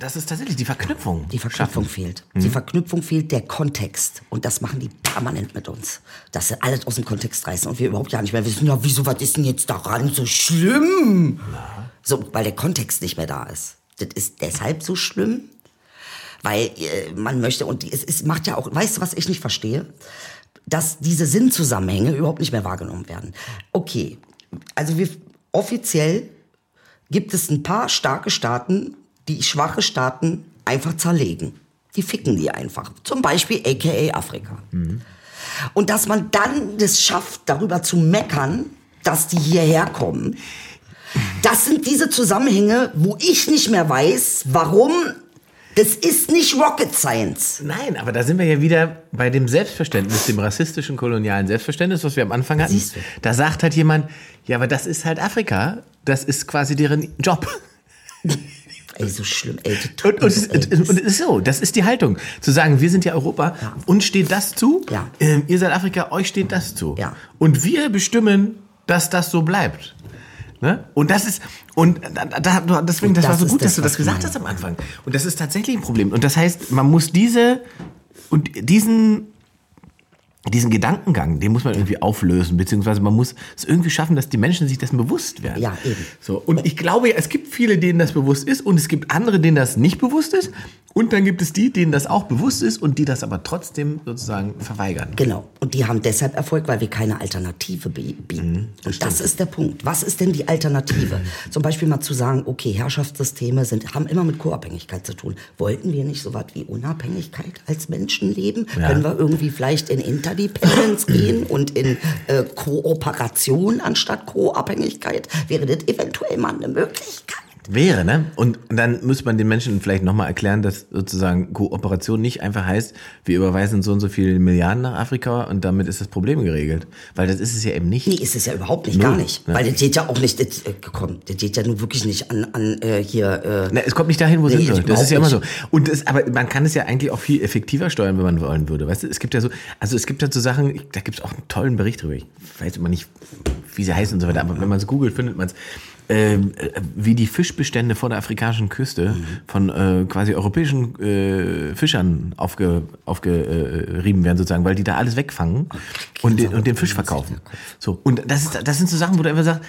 das ist tatsächlich die Verknüpfung.
Die Verknüpfung fehlt. Die Verknüpfung fehlt, der Kontext. Und das machen die permanent mit uns. Dass sie alles aus dem Kontext reißen und wir überhaupt gar nicht mehr wissen, na wieso, was ist denn jetzt daran so schlimm? So, weil der Kontext nicht mehr da ist. Das ist deshalb so schlimm, weil äh, man möchte, und es, es macht ja auch, weißt du, was ich nicht verstehe? Dass diese Sinnzusammenhänge überhaupt nicht mehr wahrgenommen werden. Okay, also wir offiziell gibt es ein paar starke Staaten, die schwache Staaten einfach zerlegen. Die ficken die einfach. Zum Beispiel AKA Afrika. Und dass man dann das schafft, darüber zu meckern, dass die hierher kommen. Das sind diese Zusammenhänge, wo ich nicht mehr weiß, warum. Das ist nicht Rocket Science.
Nein, aber da sind wir ja wieder bei dem Selbstverständnis, dem rassistischen kolonialen Selbstverständnis, was wir am Anfang hatten.
Siehst du.
Da sagt halt jemand, ja, aber das ist halt Afrika. Das ist quasi deren Job.
Ey, so schlimm, ey. das tut
Und, und,
mir so, ey.
und, und es ist so, das ist die Haltung. Zu sagen, wir sind ja Europa, uns steht das zu,
Ja.
ähm, ihr seid Afrika, euch steht das zu.
Ja.
Und wir bestimmen, dass das so bleibt. Ne? Und das ist, und da, da, da- deswegen,
Und
das,
das
war so
ist
gut,
das,
dass du
was
das
ich
gesagt
meine.
hast am Anfang. Und das ist tatsächlich ein Problem. Und das heißt, man muss diese, und diesen, diesen Gedankengang, den muss man irgendwie auflösen, beziehungsweise man muss es irgendwie schaffen, dass die Menschen sich dessen bewusst werden.
Ja, eben.
So, und ich glaube, ja, es gibt viele, denen das bewusst ist und es gibt andere, denen das nicht bewusst ist. Und dann gibt es die, denen das auch bewusst ist und die das aber trotzdem sozusagen verweigern.
Genau. Und die haben deshalb Erfolg, weil wir keine Alternative bi- bieten. und Mhm, das Mhm. ist der Punkt. Was ist denn die Alternative? Zum Beispiel mal zu sagen, okay, Herrschaftssysteme sind, haben immer mit Co-Abhängigkeit zu tun. Wollten wir nicht so was wie Unabhängigkeit als Menschen leben?
Ja.
Können wir irgendwie vielleicht in Interdependence gehen und in äh, Kooperation anstatt Co-Abhängigkeit? Wäre das eventuell mal eine Möglichkeit?
Wäre, ne? Und dann müsste man den Menschen vielleicht nochmal erklären, dass sozusagen Kooperation nicht einfach heißt, wir überweisen so und so viele Milliarden nach Afrika und damit ist das Problem geregelt. Weil das ist es ja eben nicht.
Nee, ist es ja überhaupt nicht, gar nicht. Weil das geht ja auch nicht, das, äh, komm, das geht ja nun wirklich nicht an, an äh, hier, äh,
Na, es kommt nicht dahin, wo es
Nee,
hin soll. Das
überhaupt
ist ja immer so.
nicht.
Und das, aber man kann es ja eigentlich auch viel effektiver steuern, wenn man wollen würde. Weißt du, es gibt ja so, also es gibt ja so Sachen, ich- da gibt es auch einen tollen Bericht drüber. Ich weiß immer nicht, wie sie heißen und so weiter, aber wenn man es googelt, findet man es. Ähm, äh, wie die Fischbestände vor der afrikanischen Küste
Mhm.
von äh, quasi europäischen äh, Fischern aufgerieben aufge, äh, rieben werden, sozusagen, weil die da alles wegfangen und den, und den Fisch verkaufen. So, und das, ist, das sind so Sachen, wo du einfach sagst,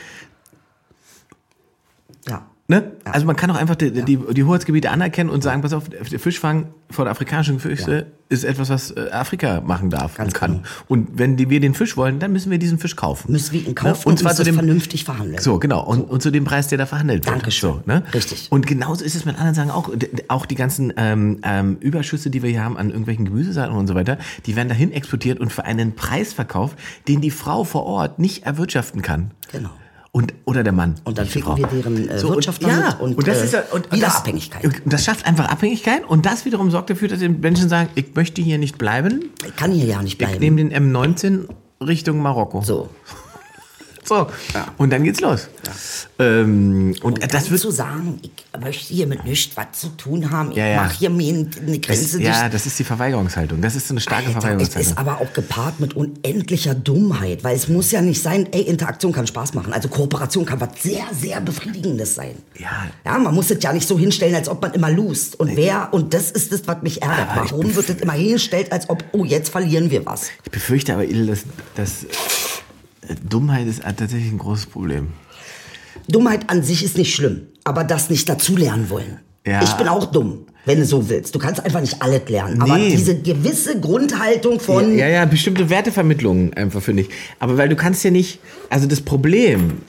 äh, ja.
Ne? Also man kann auch einfach die, die, die Hoheitsgebiete anerkennen und sagen, pass auf, der Fischfang vor der afrikanischen Küste ist etwas, was äh, Afrika machen darf und kann. Und wenn die, wir den Fisch wollen, dann müssen wir diesen Fisch kaufen.
genau. müssen wir ihn kaufen
Ne? Und zwar
müssen
zu
das
dem,
vernünftig verhandeln.
so, genau. Und, und zu dem Preis, der da verhandelt wird.
Dankeschön.
So, ne?
Richtig.
Und genauso ist es mit anderen Sachen auch. D- d- Auch die ganzen ähm, ähm, Überschüsse, die wir hier haben an irgendwelchen Gemüsesorten und so weiter, die werden dahin exportiert und für einen Preis verkauft, den die Frau vor Ort nicht erwirtschaften kann.
Genau.
Und, oder der Mann.
Und dann
nicht die
ficken
Frau.
wir deren, äh, Wirtschaft
und, ja,
damit und,
das
äh,
ist ja, und, und
wieder
das,
Abhängigkeit.
Und das schafft einfach Abhängigkeit und das wiederum sorgt dafür, dass die Menschen sagen, ich möchte hier nicht bleiben,
Ich kann hier ja nicht
ich
bleiben.
nehme den M19 Richtung Marokko.
So.
So. Und dann geht's los. Ähm, und, äh, das
Dann
wird
zu sagen, ich möchte hier mit nichts was zu tun haben, ich
Ja, ja.
mache hier mir eine
Das,
Grenze
ja,
dicht.
das ist die Verweigerungshaltung. Das ist so eine starke
Alter, es ist
Verweigerungshaltung.
aber auch gepaart mit unendlicher Dummheit, weil es muss ja nicht sein, ey, Interaktion kann Spaß machen. Also Kooperation kann was sehr, sehr Befriedigendes sein.
Ja.
Ja, man muss es ja nicht so hinstellen, als ob man immer lust. Und wer, und das ist das, was mich ärgert.
Aber ich
Warum wird das immer hingestellt, als ob, oh, jetzt verlieren wir was?
Ich befürchte aber, Ill, dass, dass äh, Dummheit ist tatsächlich ein großes Problem.
Dummheit an sich ist nicht schlimm, aber das nicht dazulernen wollen.
Ja.
Ich bin auch dumm, wenn du so willst. Du kannst einfach nicht alles lernen. Aber
Nee.
diese gewisse Grundhaltung von,
Ja, ja, bestimmte Wertevermittlungen einfach, finde ich. Aber weil du kannst ja nicht, also das Problem,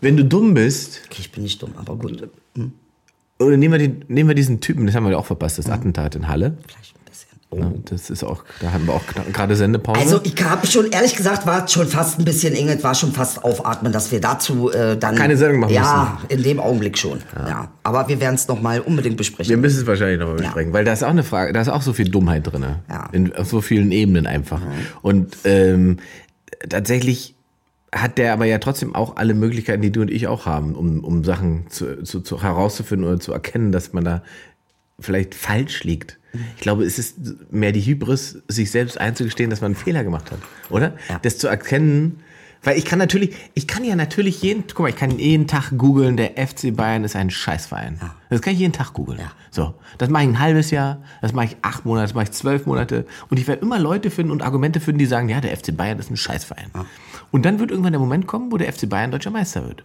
wenn du dumm bist,
okay, ich bin nicht dumm, aber gut,
oder nehmen wir, den, nehmen wir diesen Typen, das haben wir auch verpasst, das Attentat in Halle.
vielleicht ein bisschen.
Ja, Das ist auch, da hatten wir auch kna- gerade Sendepause.
Also ich habe schon, ehrlich gesagt, war es schon fast ein bisschen, Ingrid, war schon fast aufatmen, dass wir dazu äh, dann...
Keine Sendung machen
Ja, in dem Augenblick schon. Ja. Aber wir werden es nochmal unbedingt
wir
besprechen.
müssen es wahrscheinlich nochmal besprechen, weil da ist auch eine Frage, da ist auch so viel Dummheit drin. ne?
Ja.
In, auf so vielen Ebenen einfach. Und ähm, tatsächlich hat der aber ja trotzdem auch alle Möglichkeiten, die du und ich auch haben, um, um Sachen zu, zu, zu herauszufinden oder zu erkennen, dass man da vielleicht falsch liegt. Ich glaube, es ist mehr die Hybris, sich selbst einzugestehen, dass man einen Fehler gemacht hat, oder? Das zu erkennen, weil ich kann natürlich, ich kann ja natürlich jeden, guck mal, ich kann jeden Tag googeln, der FC Bayern ist ein Scheißverein. Das kann ich jeden Tag googeln. So, das mache ich ein halbes Jahr, das mache ich acht Monate, das mache ich zwölf Monate und ich werde immer Leute finden und Argumente finden, die sagen, ja, der FC Bayern ist ein Scheißverein. Und dann wird irgendwann der Moment kommen, wo der FC Bayern deutscher Meister wird.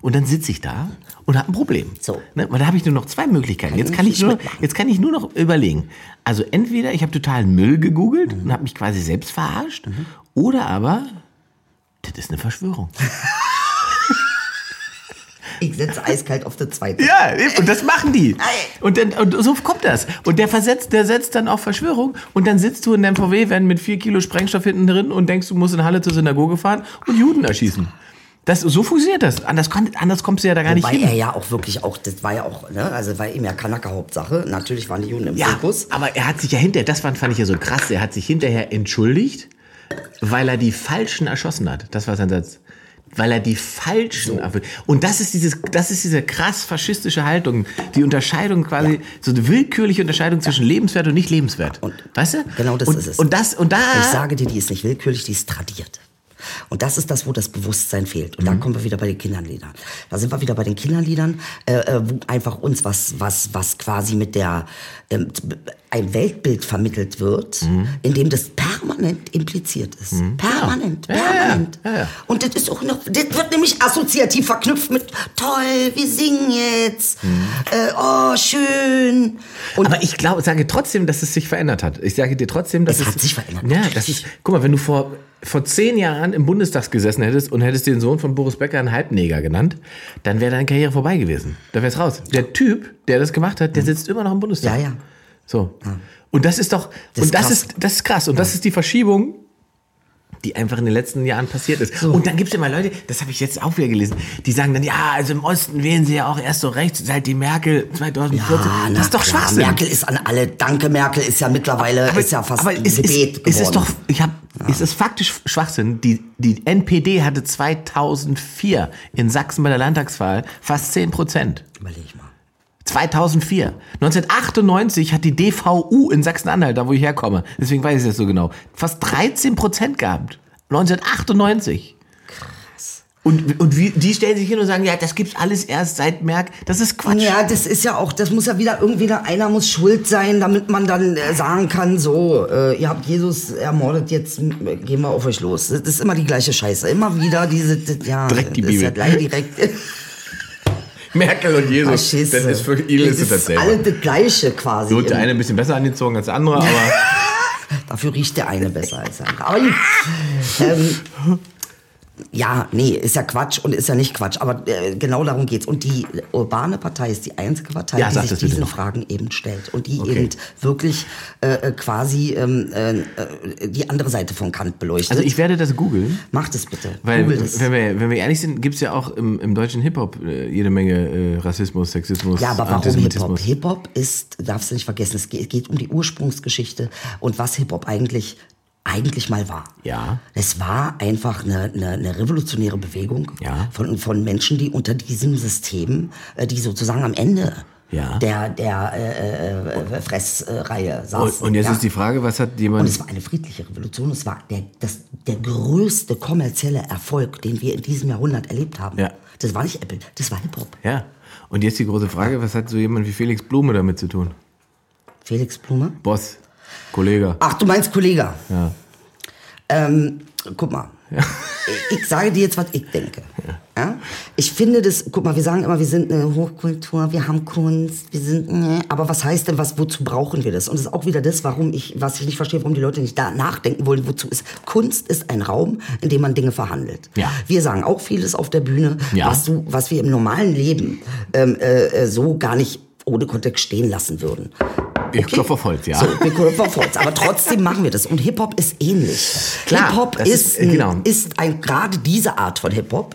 Und dann sitze ich da und habe ein Problem.
So.
Ne? Weil da habe ich nur noch zwei Möglichkeiten. Jetzt kann, ich nur, jetzt kann ich nur noch überlegen. Also entweder ich habe totalen Müll gegoogelt und habe mich quasi selbst verarscht, oder aber das ist eine Verschwörung.
Ich setze eiskalt auf das zweite.
Ja, eben, und das machen die.
Ey.
Und, dann, und so kommt das. Und der versetzt, der setzt dann auf Verschwörung und dann sitzt du in deinem VW-Van mit vier Kilo Sprengstoff hinten drin und denkst, du musst in Halle zur Synagoge fahren und Juden erschießen. Das, so funktioniert das. Anders, kann, anders kommst du ja da gar
Weil
nicht
er
hin.
ja auch wirklich auch, das war ja auch, ne, also war ihm ja Kanaka Hauptsache. Natürlich waren die Juden im
Ja,
Fokus.
aber er hat sich ja hinterher, das fand, fand ich ja so krass, er hat sich hinterher entschuldigt, weil er die Falschen erschossen hat. Das war sein Satz. Weil er die Falschen erwür- Und das ist, dieses, das ist diese krass faschistische Haltung. Die Unterscheidung quasi, so eine willkürliche Unterscheidung zwischen lebenswert und nicht lebenswert. weißt du?
genau das
und,
ist es.
Und das, und da.
Ich sage dir, die ist nicht willkürlich, die ist tradiert. Und das ist das, wo das Bewusstsein fehlt. Und
Mhm.
da kommen wir wieder bei den Kinderliedern. Da sind wir wieder bei den Kinderliedern, äh, äh, wo einfach uns was, was, was quasi mit der ähm, t- b- ein Weltbild vermittelt wird,
Mhm.
in dem das permanent impliziert ist. Permanent,
Ja, ja, ja.
permanent.
Ja, ja.
Und das ist auch noch, das wird nämlich assoziativ verknüpft mit toll, wir singen jetzt,
Mhm.
äh, oh schön. Und
aber ich glaube, sage trotzdem, dass es sich verändert hat. Ich sage dir trotzdem, dass
Es
es,
hat sich verändert,
Ja, das ist. Guck mal, wenn du vor vor zehn Jahren im Bundestag gesessen hättest und hättest den Sohn von Boris Becker einen Halbneger genannt, dann wäre deine Karriere vorbei gewesen. Da wär's raus. Der Typ, der das gemacht hat, der sitzt immer noch im Bundestag.
Mhm. Ja, ja.
So. Und das ist doch.
Das
und
ist
das
krass.
ist das ist krass. Und das ist die Verschiebung die einfach in den letzten Jahren passiert ist. Und dann gibt es immer Leute, das habe ich jetzt auch wieder gelesen, die sagen dann, ja, also im Osten wählen sie ja auch erst so rechts, seit die Merkel 2014.
Ah, na
das ist doch
klar,
Schwachsinn.
Merkel ist an alle. Danke, Merkel ist ja mittlerweile ist ja fast ein
es
Gebet
ist, es ist doch,
geworden.
ich hab, es ist faktisch Schwachsinn. Die, die NPD hatte 2004 in Sachsen bei der Landtagswahl fast 10 Prozent.
Überleg mal.
2004. 1998 hat die DVU in Sachsen-Anhalt, da wo ich herkomme, deswegen weiß ich es jetzt so genau, fast 13 Prozent gehabt. 1998. Und, und wie, die stellen sich hin und sagen, ja, das gibt's alles erst seit Merck. Das ist Quatsch.
Ja, das ist ja auch, das muss ja wieder irgendwie, da, einer muss schuld sein, damit man dann äh, sagen kann, so, äh, ihr habt Jesus ermordet, jetzt äh, gehen wir auf euch los. Das ist immer die gleiche Scheiße. Immer wieder diese, das, ja,
Direkt die
das Ist ja
Bibel.
gleich direkt.
Merkel und Jesus,
Faschisse.
Edel
das ist alle das Gleiche quasi.
Gut, der eine ein bisschen besser angezogen als der andere, aber
Dafür riecht der eine besser als der andere. Aber gut. ähm, ja, nee, ist ja Quatsch und ist ja nicht Quatsch. Aber äh, genau darum geht's. Und die urbane Partei ist die einzige Partei,
Ja, sag das
die sich
bitte
diesen
noch.
Fragen eben stellt. Und die
Okay.
eben wirklich äh, äh, quasi ähm, äh, äh, die andere Seite von Kant beleuchtet.
also ich werde das googeln.
Mach das bitte.
Weil,
Google das.
wenn wir, wenn wir ehrlich sind, gibt's ja auch im, im deutschen Hip-Hop äh, jede Menge äh, Rassismus, Sexismus,
Ja, aber warum Hip-Hop?
Antisemitismus.
Hip-Hop ist, darfst du nicht vergessen, es geht, geht um die Ursprungsgeschichte und was Hip-Hop eigentlich, eigentlich mal war.
Ja.
Es war einfach eine, eine, eine revolutionäre Bewegung
Ja.
von, von Menschen, die unter diesem System, äh, die sozusagen am Ende
Ja.
der, der äh, äh, äh, Fressreihe
Und,
saßen.
und jetzt
ja.
ist die Frage, was hat
Und
jemand...
es war eine friedliche Revolution. Es war der, das, der größte kommerzielle Erfolg, den wir in diesem Jahrhundert erlebt haben.
Ja.
Das war nicht Apple, das war Hip-Hop.
Ja. Und jetzt die große Frage, was hat so jemand wie Felix Blume damit zu tun?
Felix Blume?
Boss, Kollege.
Ach, du meinst Kollege?
Ja.
Ähm, guck mal. Ich, ich sage dir jetzt, was ich denke. Ja? Ich finde das, guck mal, wir sagen immer, wir sind eine Hochkultur, wir haben Kunst, wir sind, ne, aber was heißt denn was, wozu brauchen wir das? Und das ist auch wieder das, warum ich, was ich nicht verstehe, warum die Leute nicht da nachdenken wollen, wozu ist. Kunst ist ein Raum, in dem man Dinge verhandelt.
Ja.
Wir sagen auch vieles auf der Bühne,
Ja.
was, du, was wir im normalen Leben ähm, äh, äh, so gar nicht ohne Kontext stehen lassen würden.
Ich klopfe auf Holz, ja.
So, wir klopfen auf Holz. Aber trotzdem machen wir das. Und Hip-Hop ist ähnlich.
Klar,
Hip-Hop
das
ist,
ist-
ein-
genau.
ist ein, gerade diese Art von Hip-Hop,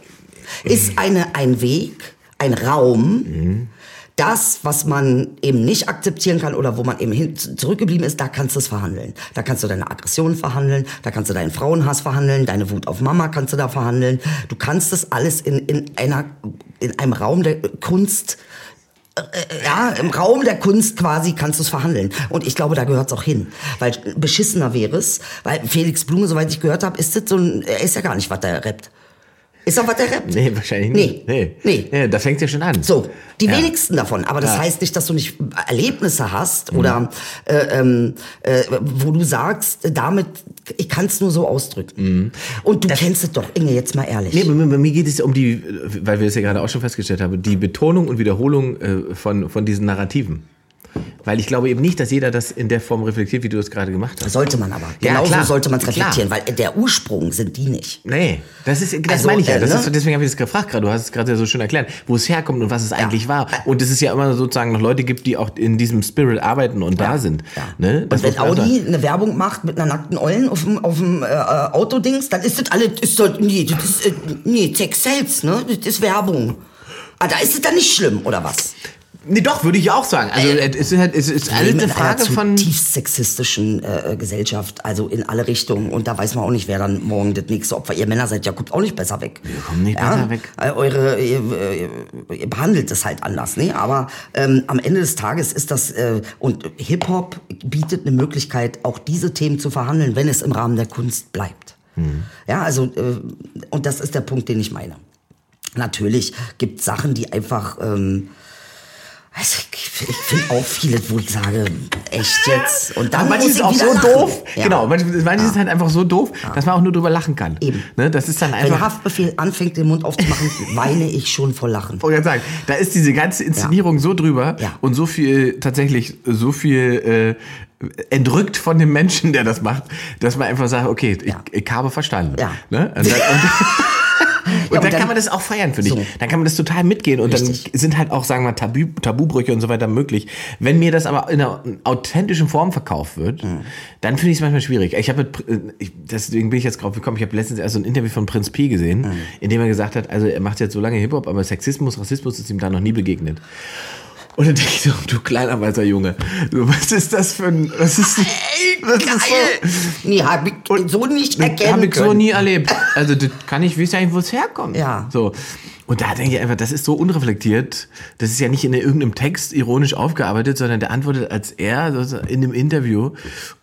ist eine, ein Weg, ein Raum, das, was man eben nicht akzeptieren kann oder wo man eben hin, z- zurückgeblieben ist, da kannst du es verhandeln. Da kannst du deine Aggression verhandeln, da kannst du deinen Frauenhass verhandeln, deine Wut auf Mama kannst du da verhandeln. Du kannst das alles in, in, einer, in einem Raum der Kunst ja, im Raum der Kunst quasi kannst du es verhandeln. Und ich glaube, da gehört's auch hin. Weil beschissener wäre es, weil Felix Blume, soweit ich gehört habe, ist das so ein, er ist ja gar nicht, was der rappt. Ist doch, was der rappt.
Nee, wahrscheinlich nicht.
Nee.
Nee.
Nee.
nee. da fängt ja schon an.
So, die
Ja.
wenigsten davon. Aber das
Ja. Mhm.
heißt nicht, dass du nicht Erlebnisse hast oder äh, ähm, äh, wo du sagst, damit, ich kann's nur so ausdrücken.
Mhm.
Und du kennst es doch, Inge, jetzt mal ehrlich.
Nee, bei mir, bei mir geht es ja um die, äh, weil wir es ja gerade auch schon festgestellt haben, die Betonung und Wiederholung äh, von, von diesen Narrativen. Weil ich glaube eben nicht, dass jeder das in der Form reflektiert, wie du das gerade gemacht hast.
Sollte man aber.
Ja,
Genauso
klar.
sollte man es
Klar.
reflektieren, weil der Ursprung sind die nicht.
Nee, das ist, das
Also,
meine ich ja.
äh,
Das
ne?
ist, deswegen habe ich das gefragt gerade. Du hast es gerade ja so schön erklärt, wo es herkommt und was es eigentlich war. Und es ist ja immer sozusagen noch Leute gibt, die auch in diesem Spirit arbeiten und da sind. Ne? Das
Und wenn
muss man auch sagen.
Audi eine Werbung macht mit einer nackten Ollen auf dem, auf dem äh, Autodings, dann ist das alles, ist das, nee, das ist, äh, nee, Sex sells, ne? Das ist Werbung. Ah, da ist es dann nicht schlimm, oder was?
Nee, doch, würde ich auch sagen. Also, es ist, halt, es ist
Wir
alles
leben
eine
in Äh, einer
Frage von.
zutiefst sexistischen äh, Gesellschaft, also in alle Richtungen. Und da weiß man auch nicht, wer dann morgen das nächste Opfer. Ihr Männer seid ja kommt auch nicht besser weg. Wir
kommen nicht
ja?
besser weg.
Äh, Eure, ihr, äh, ihr behandelt es halt anders, ne? Aber ähm, am Ende des Tages ist das äh, und Hip Hop bietet eine Möglichkeit, auch diese Themen zu verhandeln, wenn es im Rahmen der Kunst bleibt.
Mhm.
Ja, also äh, und das ist der Punkt, den ich meine. Natürlich gibt Sachen, die einfach ähm, also ich, ich finde auch viele, wo ich sage, echt jetzt. Und dann
Aber Ah, manches
muss
ist
ich
auch
wieder
so
lachen.
doof.
Ja. Ah.
Genau, manches, manches ist halt einfach so doof, dass man auch nur drüber lachen kann.
Eben.
Ne? Das ist dann
Wenn
einfach.
Also Haftbefehl anfängt, den Mund aufzumachen, weine ich schon vor Lachen.
wollte gerade sagen, da ist diese ganze Inszenierung so drüber
Ja.
und so viel tatsächlich so viel äh, entrückt von dem Menschen, der das macht, dass man einfach sagt, okay, ich,
Ja.
ich habe verstanden.
Ja.
Ne? Und, dann, und, und dann,
und dann-
kann man das auch feiern, finde
So.
ich. Dann kann man das total mitgehen und
Richtig.
dann sind halt auch, sagen wir, mal, Tabu, Tabubrüche und so weiter möglich. Wenn mir das aber in einer authentischen Form verkauft wird, dann finde ich es manchmal schwierig. Ich habe, mit Pr- äh, ich, deswegen bin ich jetzt drauf gekommen, ich habe letztens erst so ein Interview von Prinz P gesehen, in dem er gesagt hat, also er macht jetzt so lange Hip-Hop, aber Sexismus, Rassismus ist ihm da noch nie begegnet. Und dann denke ich so, du kleiner weißer Junge, so, was ist das für ein, was ist, was ist
Geil! Nee, hab ich so nicht erkennen
habe ich
können.
so nie erlebt. Also das kann ich, weiß ja nicht, wo es herkommt.
Ja.
So. Und da denke ich einfach, das ist so unreflektiert. Das ist ja nicht in irgendeinem Text ironisch aufgearbeitet, sondern der antwortet als er so in dem Interview.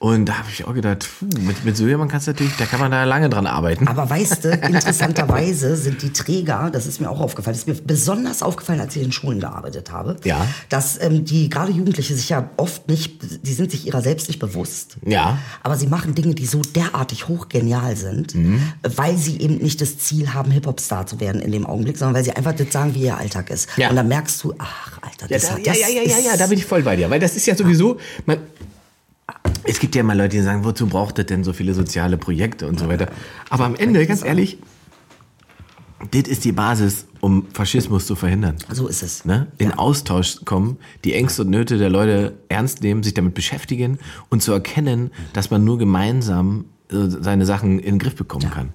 Und da habe ich auch gedacht, puh, mit, mit so jemandem kannst du natürlich, da kann man da lange dran arbeiten.
Aber weißt du, interessanterweise sind die Träger, das ist mir auch aufgefallen, das ist mir besonders aufgefallen, als ich in Schulen gearbeitet habe,
Ja.
dass ähm, die gerade Jugendliche sich ja oft nicht, die sind sich ihrer selbst nicht bewusst.
Ja.
Aber sie machen Dinge, die so derartig hochgenial sind,
Mhm.
weil sie eben nicht das Ziel haben, Hip-Hop-Star zu werden in dem Augenblick, sondern weil sie einfach das sagen, wie ihr Alltag ist.
Ja.
Und dann merkst du, ach, Alter,
Ja,
das
da,
hat
ja,
das
ja, ja, ja,
ist-
ja, da bin ich voll bei dir. Weil das ist ja sowieso. Man, es gibt ja mal Leute, die sagen, wozu braucht es denn so viele soziale Projekte und so weiter. Aber am Ende, ganz ehrlich, das ist die Basis, um Faschismus zu verhindern.
So ist es.
Ne? In Austausch kommen, die Ängste und Nöte der Leute ernst nehmen, sich damit beschäftigen und zu erkennen, dass man nur gemeinsam äh, seine Sachen in den Griff bekommen kann.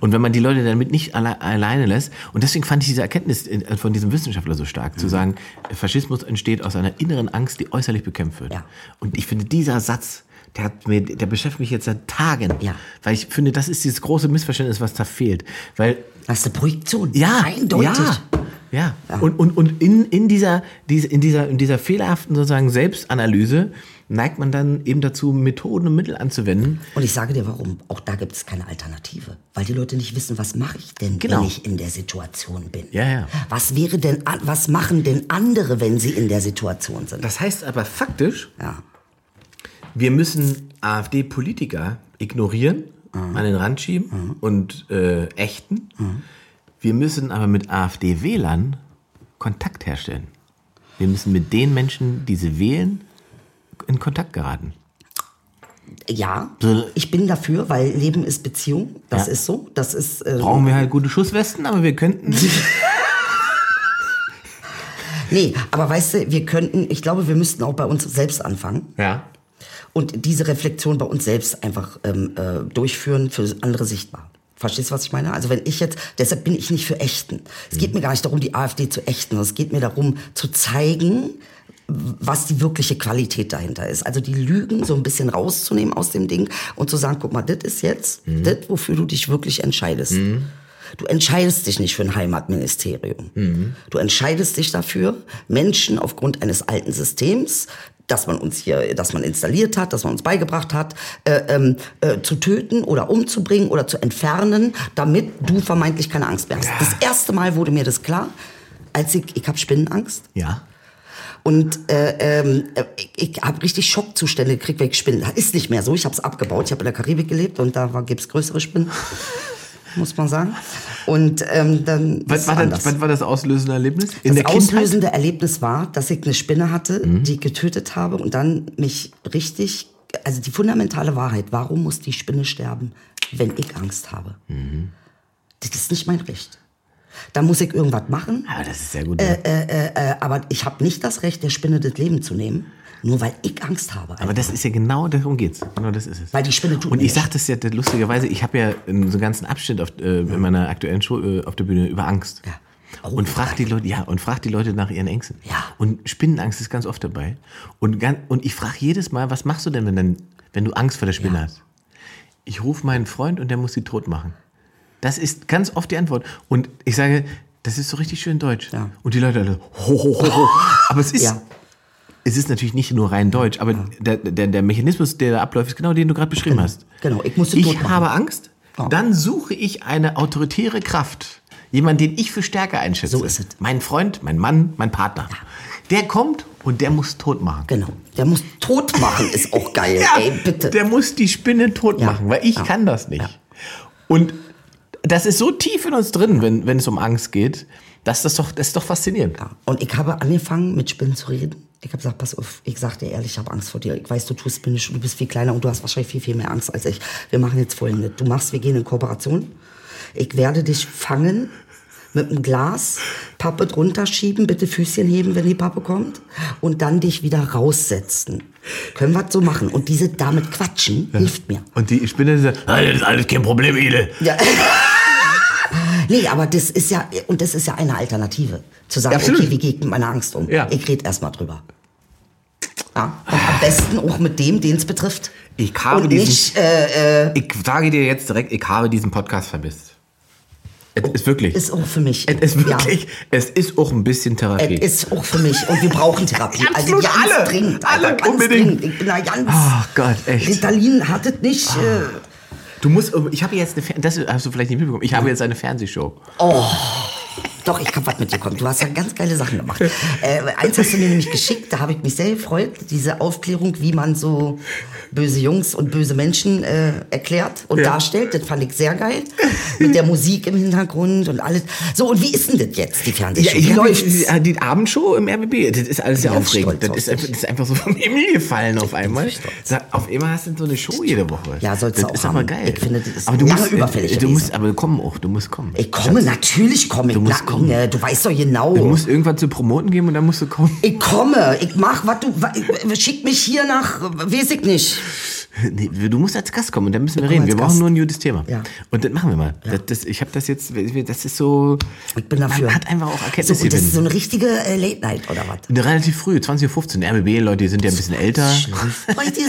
Und wenn man die Leute damit nicht alle, alleine lässt, und deswegen fand ich diese Erkenntnis in, äh, von diesem Wissenschaftler so stark,
Mhm.
zu sagen, Faschismus entsteht aus einer inneren Angst, die äußerlich bekämpft wird.
Ja.
Und ich finde, dieser Satz, der, hat mir, der beschäftigt mich jetzt seit Tagen,
Ja.
weil ich finde, das ist dieses große Missverständnis, was da fehlt. Weil
Das ist eine Projektion.
ja,
Eindeutig.
Ja, ja. Und, und, und in, in, dieser, diese- in, dieser, in dieser fehlerhaften sozusagen Selbstanalyse neigt man dann eben dazu, Methoden und Mittel anzuwenden.
Und ich sage dir warum, auch da gibt es keine Alternative. Weil die Leute nicht wissen, was mache ich denn,
Genau.
wenn ich in der Situation bin.
Ja, ja.
Was wäre denn, an- was machen denn andere, wenn sie in der Situation sind?
Das heißt aber faktisch,
Ja.
wir müssen AfD-Politiker ignorieren, an den Rand schieben und äh, ächten. Wir müssen aber mit AfD-Wählern Kontakt herstellen. Wir müssen mit den Menschen, die sie wählen, in Kontakt geraten.
ja,
So-
ich bin dafür, weil Leben ist Beziehung. Das
Ja.
ist so. Das ist. Äh,
Brauchen wir halt gute Schusswesten, aber wir könnten
nee, aber weißt du, wir könnten, ich glaube, wir müssten auch bei uns selbst anfangen
Ja.
und diese Reflexion bei uns selbst einfach ähm, äh, durchführen, für andere sichtbar. Verstehst du, was ich meine? Also wenn ich jetzt, deshalb bin ich nicht für Echten. Es geht mir gar nicht darum, die AfD zu ächten, sondern es geht mir darum, zu zeigen, was die wirkliche Qualität dahinter ist. Also die Lügen so ein bisschen rauszunehmen aus dem Ding und zu sagen, guck mal, das ist jetzt das, wofür du dich wirklich entscheidest. Du entscheidest dich nicht für ein Heimatministerium. Du entscheidest dich dafür, Menschen aufgrund eines alten Systems, das man uns hier, das man installiert hat, das man uns beigebracht hat, äh, ähm, äh, zu töten oder umzubringen oder zu entfernen, damit du vermeintlich keine Angst mehr hast. Das erste Mal wurde mir das klar, als ich, ich habe Spinnenangst.
Ja.
Und äh, ähm, äh, ich, ich habe richtig Schockzustände gekriegt, weil ich Spinnen. Ist nicht mehr so. Ich habe es abgebaut. Ich habe in der Karibik gelebt und da gibt es größere Spinnen. muss man sagen. Und ähm, dann ist
Was
es
war,
anders.
das, was war das auslösende Erlebnis? In Mhm.
das auslösende Erlebnis war, dass ich eine Spinne hatte, die ich getötet habe und dann mich richtig, also die fundamentale Wahrheit, warum muss die Spinne sterben, wenn ich Angst habe?
Mhm.
Das ist nicht mein Recht. Da muss ich irgendwas machen,
Aber das ist sehr gut. ja.
äh, aber ich habe nicht das Recht, der Spinne das Leben zu nehmen, nur weil ich Angst habe.
aber das ist ja genau, darum geht's. Genau das ist es.
Weil die Spinne tut
Und
mir
ich
leid.
sag das ja lustigerweise, ich habe ja in so einen ganzen Abschnitt auf, äh, in meiner aktuellen Show äh, auf der Bühne über Angst.
Ja. Oh,
und frag die Leute, ja, und frag die Leute nach ihren Ängsten.
Ja.
Und Spinnenangst ist ganz oft dabei. Und, gan- und ich frage jedes Mal, was machst du denn, wenn, dann, wenn du Angst vor der Spinne hast? Ich rufe meinen Freund und der muss sie tot machen. Das ist ganz oft die Antwort. Und ich sage, das ist so richtig schön deutsch.
Ja.
Und die Leute alle, ho, ho, ho, ho. Aber es ist,
Ja.
es ist natürlich nicht nur rein deutsch, aber der, der, der Mechanismus, der da abläuft, ist genau den du gerade beschrieben hast.
Genau, ich musste tot
Ich
machen.
habe Angst,
Ja.
dann suche ich eine autoritäre Kraft. Jemand, den ich für stärker einschätze.
So ist es.
Mein Freund, mein Mann, mein Partner. Der kommt und der muss tot machen.
Genau. Der muss tot machen, ist auch geil.
Ja,
Ey, bitte.
Der muss die Spinne tot
Ja.
machen, weil ich
Ja.
kann das nicht.
Ja.
Und das ist so tief in uns drin, wenn, wenn es um Angst geht, dass das doch, das ist doch faszinierend.
Ja. Und ich habe angefangen, mit Spinnen zu reden. Ich habe gesagt, pass auf, ich sag dir ehrlich, ich habe Angst vor dir. Ich weiß, du tust Spinnen, du bist viel kleiner und du hast wahrscheinlich viel, viel mehr Angst als ich. Wir machen jetzt folgendes. Du machst, wir gehen in Kooperation. Ich werde dich fangen mit einem Glas, Pappe drunter schieben, bitte Füßchen heben, wenn die Pappe kommt und dann dich wieder raussetzen. Können wir das so machen? Und diese damit quatschen hilft mir.
Und die Spinne sagt, "Ah, das ist alles kein Problem, Ede.
Ja. nee, aber das ist ja, und das ist ja eine Alternative. Zu sagen,
Ja, absolut.
okay, wie gehe ich mit meiner Angst um?
Ja.
Ich rede erstmal drüber. Ja. Und am besten auch mit dem, den es betrifft.
Ich habe
und
diesen-
nicht, äh,
Ich sage dir jetzt direkt, ich habe diesen Podcast vermisst. Es ist wirklich.
ist auch für mich.
es ist wirklich. Es ist auch ein bisschen Therapie.
Es ist auch für mich. Und wir brauchen Therapie. Also
Absolut,
ganz
alle.
dringend.
Alle,
ganz
unbedingt.
dringend. Ich bin da ganz.
Ach Ah, Gott, echt. Ah.
Ritalin hat es nicht. Äh,
Du musst. Ich habe jetzt eine. Fer- Das hast du vielleicht nicht mitbekommen. Ich habe jetzt eine Fernsehshow.
Doch, ich hab was mitbekommen. Du hast ja ganz geile Sachen gemacht. Äh, eins hast du mir nämlich geschickt, da habe ich mich sehr gefreut. Diese Aufklärung, wie man so böse Jungs und böse Menschen äh, erklärt und darstellt, das fand ich sehr geil. Mit der Musik im Hintergrund und alles. So, und wie ist denn das jetzt, die Fernsehshow? wie
hab
läuft's?
Die, die Abendshow im RBB, das ist alles sehr
ganz
aufregend.
stolz
Das ist,
auf dich.
einfach, das ist einfach so vom Himmel gefallen auf einmal.
stolz.
Sag, auf einmal hast du so eine Show jede Woche.
Ja, sollst du
Das
auch
ist aber
haben.
geil.
Ich finde, das ist
aber du
lange
musst, äh,
überfällig
Du
gewesen.
musst aber kommen auch, du musst kommen.
ich komme, natürlich komme ich.
Du musst
Na,
kommen.
Inge, Du weißt doch genau.
Du musst irgendwann zu promoten geben und dann musst du kommen.
ich komme, ich mach, was du, wa- ich- schick mich hier nach, äh, weiß ich nicht.
Nee, du musst als Gast kommen und dann müssen wir
Ich
reden.
komme
Wir
als
brauchen
Gast.
nur ein gutes Thema.
Ja.
Und das machen wir mal. Das, das, ich habe das jetzt, das ist so.
Ich bin dafür.
Man hat einfach auch
So,
Erkenntnisse
und das ist so
gewinnen.
eine richtige äh, Late Night oder was?
Eine relativ früh, 20.15 Uhr. RBB, Leute, die sind ja ein bisschen älter.
Heute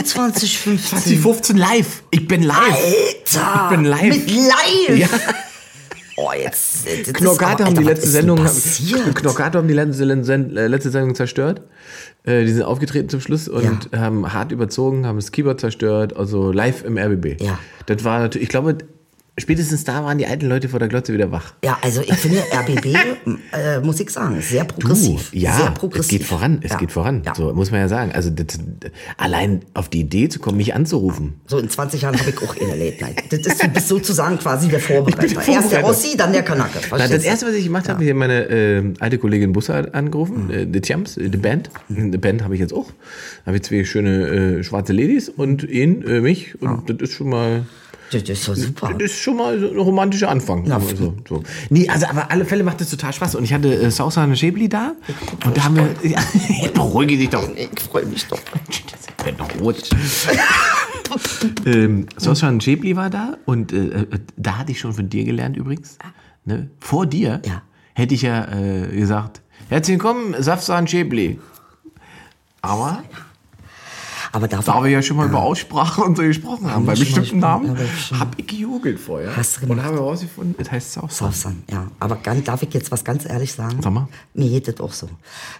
2015.
20.15 live. Ich bin live.
Alter!
Ich bin live.
Mit live!
Ja.
Oh, jetzt. das ist
Knockato
aber-
haben die
Alter, was
letzte
ist denn
Sendung
Passiert?
Knockato haben die letzte, Sen- äh, letzte Sendung zerstört. Äh, die sind aufgetreten zum Schluss und haben hart überzogen, haben das Keyboard zerstört, also live im RBB.
Ja.
Das war natürlich, ich glaube, spätestens da waren die alten Leute vor der Glotze wieder wach.
Ja, also ich finde RBB, äh, muss ich sagen, sehr progressiv.
Uh, ja,
sehr
es geht voran, es
Ja.
geht voran.
Ja. So.
So muss man ja sagen. Also das, allein auf die Idee zu kommen, mich anzurufen.
in 20 Jahren habe ich auch eine Late Night. Das ist, du bist sozusagen quasi der
Ich
Vorbereiter.
bin der
Erst der
Vorbereiter.
Ossi, dann der Kanake.
Na,
Verstehst
das
du?
erste, was ich gemacht habe, ich habe meine äh, alte Kollegin Busse angerufen, äh, die Champs, äh, die Band. Die Band habe ich jetzt auch. Habe ich zwei schöne äh, schwarze Ladies und ihn, äh, mich. Und das ist schon mal.
Das ist so super.
Das ist schon mal so ein romantischer Anfang.
Na,
also, so. Nee, also aber alle Fälle macht das total Spaß. Und ich hatte äh, Sausan Schäbli da. Und da haben wir. Ja, beruhige dich doch.
Ich freue mich doch.
Das wird noch rot. ähm, Soshan Schäbli war da und äh, äh, da hatte ich schon von dir gelernt übrigens. Ne? Vor dir
Ah. Ja.
hätte ich ja äh, gesagt, herzlich willkommen, Safsan Schäbli. Aber
Aber dafür
da wir ja schon mal über Aussprache und so gesprochen haben, bei
wir schon
bestimmten
mal gesprochen,
Namen,
ja, bei bestimmten-
habe ich gejugelt vorher.
Hast du
und
gemacht.
habe herausgefunden, es heißt Safsan.
Aufsang, ja. Aber ganz, darf ich jetzt was ganz ehrlich sagen?
Sag mal.
Mir geht das auch so.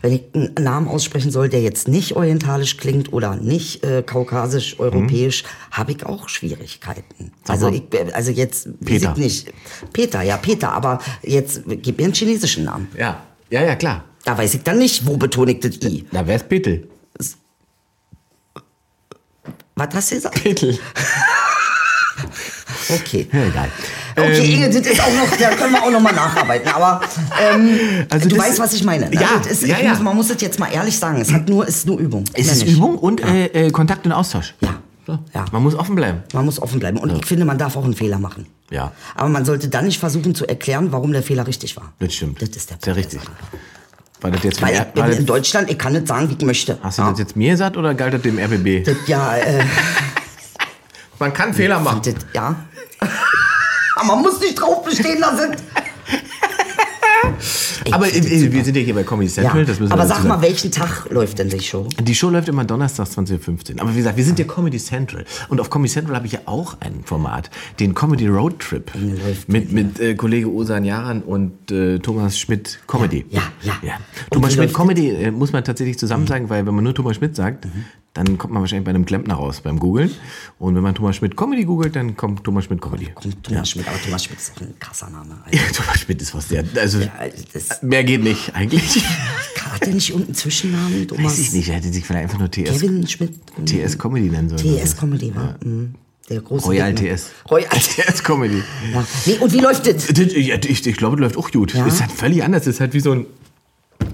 Wenn ich einen Namen aussprechen soll, der jetzt nicht orientalisch klingt oder nicht äh, kaukasisch, europäisch, habe ich auch Schwierigkeiten.
Mhm. Sag
also
mal.
ich, also jetzt
Peter.
weiß Ich nicht. Peter, ja, Peter, aber jetzt gib mir einen chinesischen Namen.
Ja, ja, ja, klar.
Da weiß ich dann nicht, wo betone ich das I.
Da wär's Petel.
Was hast du gesagt?
Petel.
Okay.
Ja, egal. Äh,
Okay,
Ähm,
Inge, das ist auch noch, da können wir auch noch mal nacharbeiten. Aber ähm,
Also
du
das-
weißt, was ich meine. ne?
Ja,
das ist,
ja,
ich
ja.
Muss, man muss das jetzt mal ehrlich sagen. Es hat nur, ist nur Übung.
Es
Mehr
ist
nicht.
Übung und äh, äh, Kontakt und Austausch.
Ja.
So.
Ja.
Man muss offen bleiben.
Man muss offen bleiben. Und ich finde, man darf auch einen Fehler machen.
Ja,
Aber man sollte dann nicht versuchen zu erklären, warum der Fehler richtig war.
das stimmt.
Das ist
Sehr
der Punkt der
richtig. War das jetzt,
Weil
mir-
ich bin
war das,
in Deutschland, ich kann nicht sagen, wie ich möchte.
hast du das jetzt mir gesagt oder galt das dem RBB?
Das, ja, äh,
Man kann Fehler machen.
das, ja. Aber man muss nicht drauf bestehen, da sind.
Aber äh, äh, wir sind ja hier bei Comedy
Ja.
Central. Das müssen
Aber
wir
sag
dazu
mal,
sagen.
welchen Tag läuft denn die Show?
Die Show läuft immer donnerstags 20.15 Uhr. Aber wie gesagt, wir sind ja Comedy Central. Und auf Comedy Central habe ich ja auch ein Format, den Comedy Road Trip. Mit, mit äh, Kollege Osan Jaran und äh, Thomas Schmidt Comedy.
Ja, ja, ja. Und
Thomas
wie
Schmidt
läuft
Comedy äh, muss man tatsächlich zusammen sagen, weil wenn man nur Thomas Schmidt sagt, dann kommt man wahrscheinlich bei einem Klempner raus beim Googlen. Und wenn man Thomas Schmidt Comedy googelt, dann kommt Thomas Schmidt Comedy.
Kommt Thomas Schmidt, aber Thomas Schmidt ist auch ein krasser Name. Alter.
Ja, Thomas Schmidt ist was der. Also,
Also das,
mehr geht nicht eigentlich.
hat der nicht irgendeinen Zwischennamen? Thomas
Weiß ich nicht, er hätte sich vielleicht einfach nur TS,
Kevin Schmidt?
TS Comedy nennen sollen.
TS Comedy war. Mhm. Der große.
Royal
Dicke.
TS.
Royal TS.
TS Comedy.
Ja. Nee, und wie läuft das?
Das- Ja, ich, ich glaube, das läuft auch gut. Ist halt völlig anders. Ist halt wie so ein.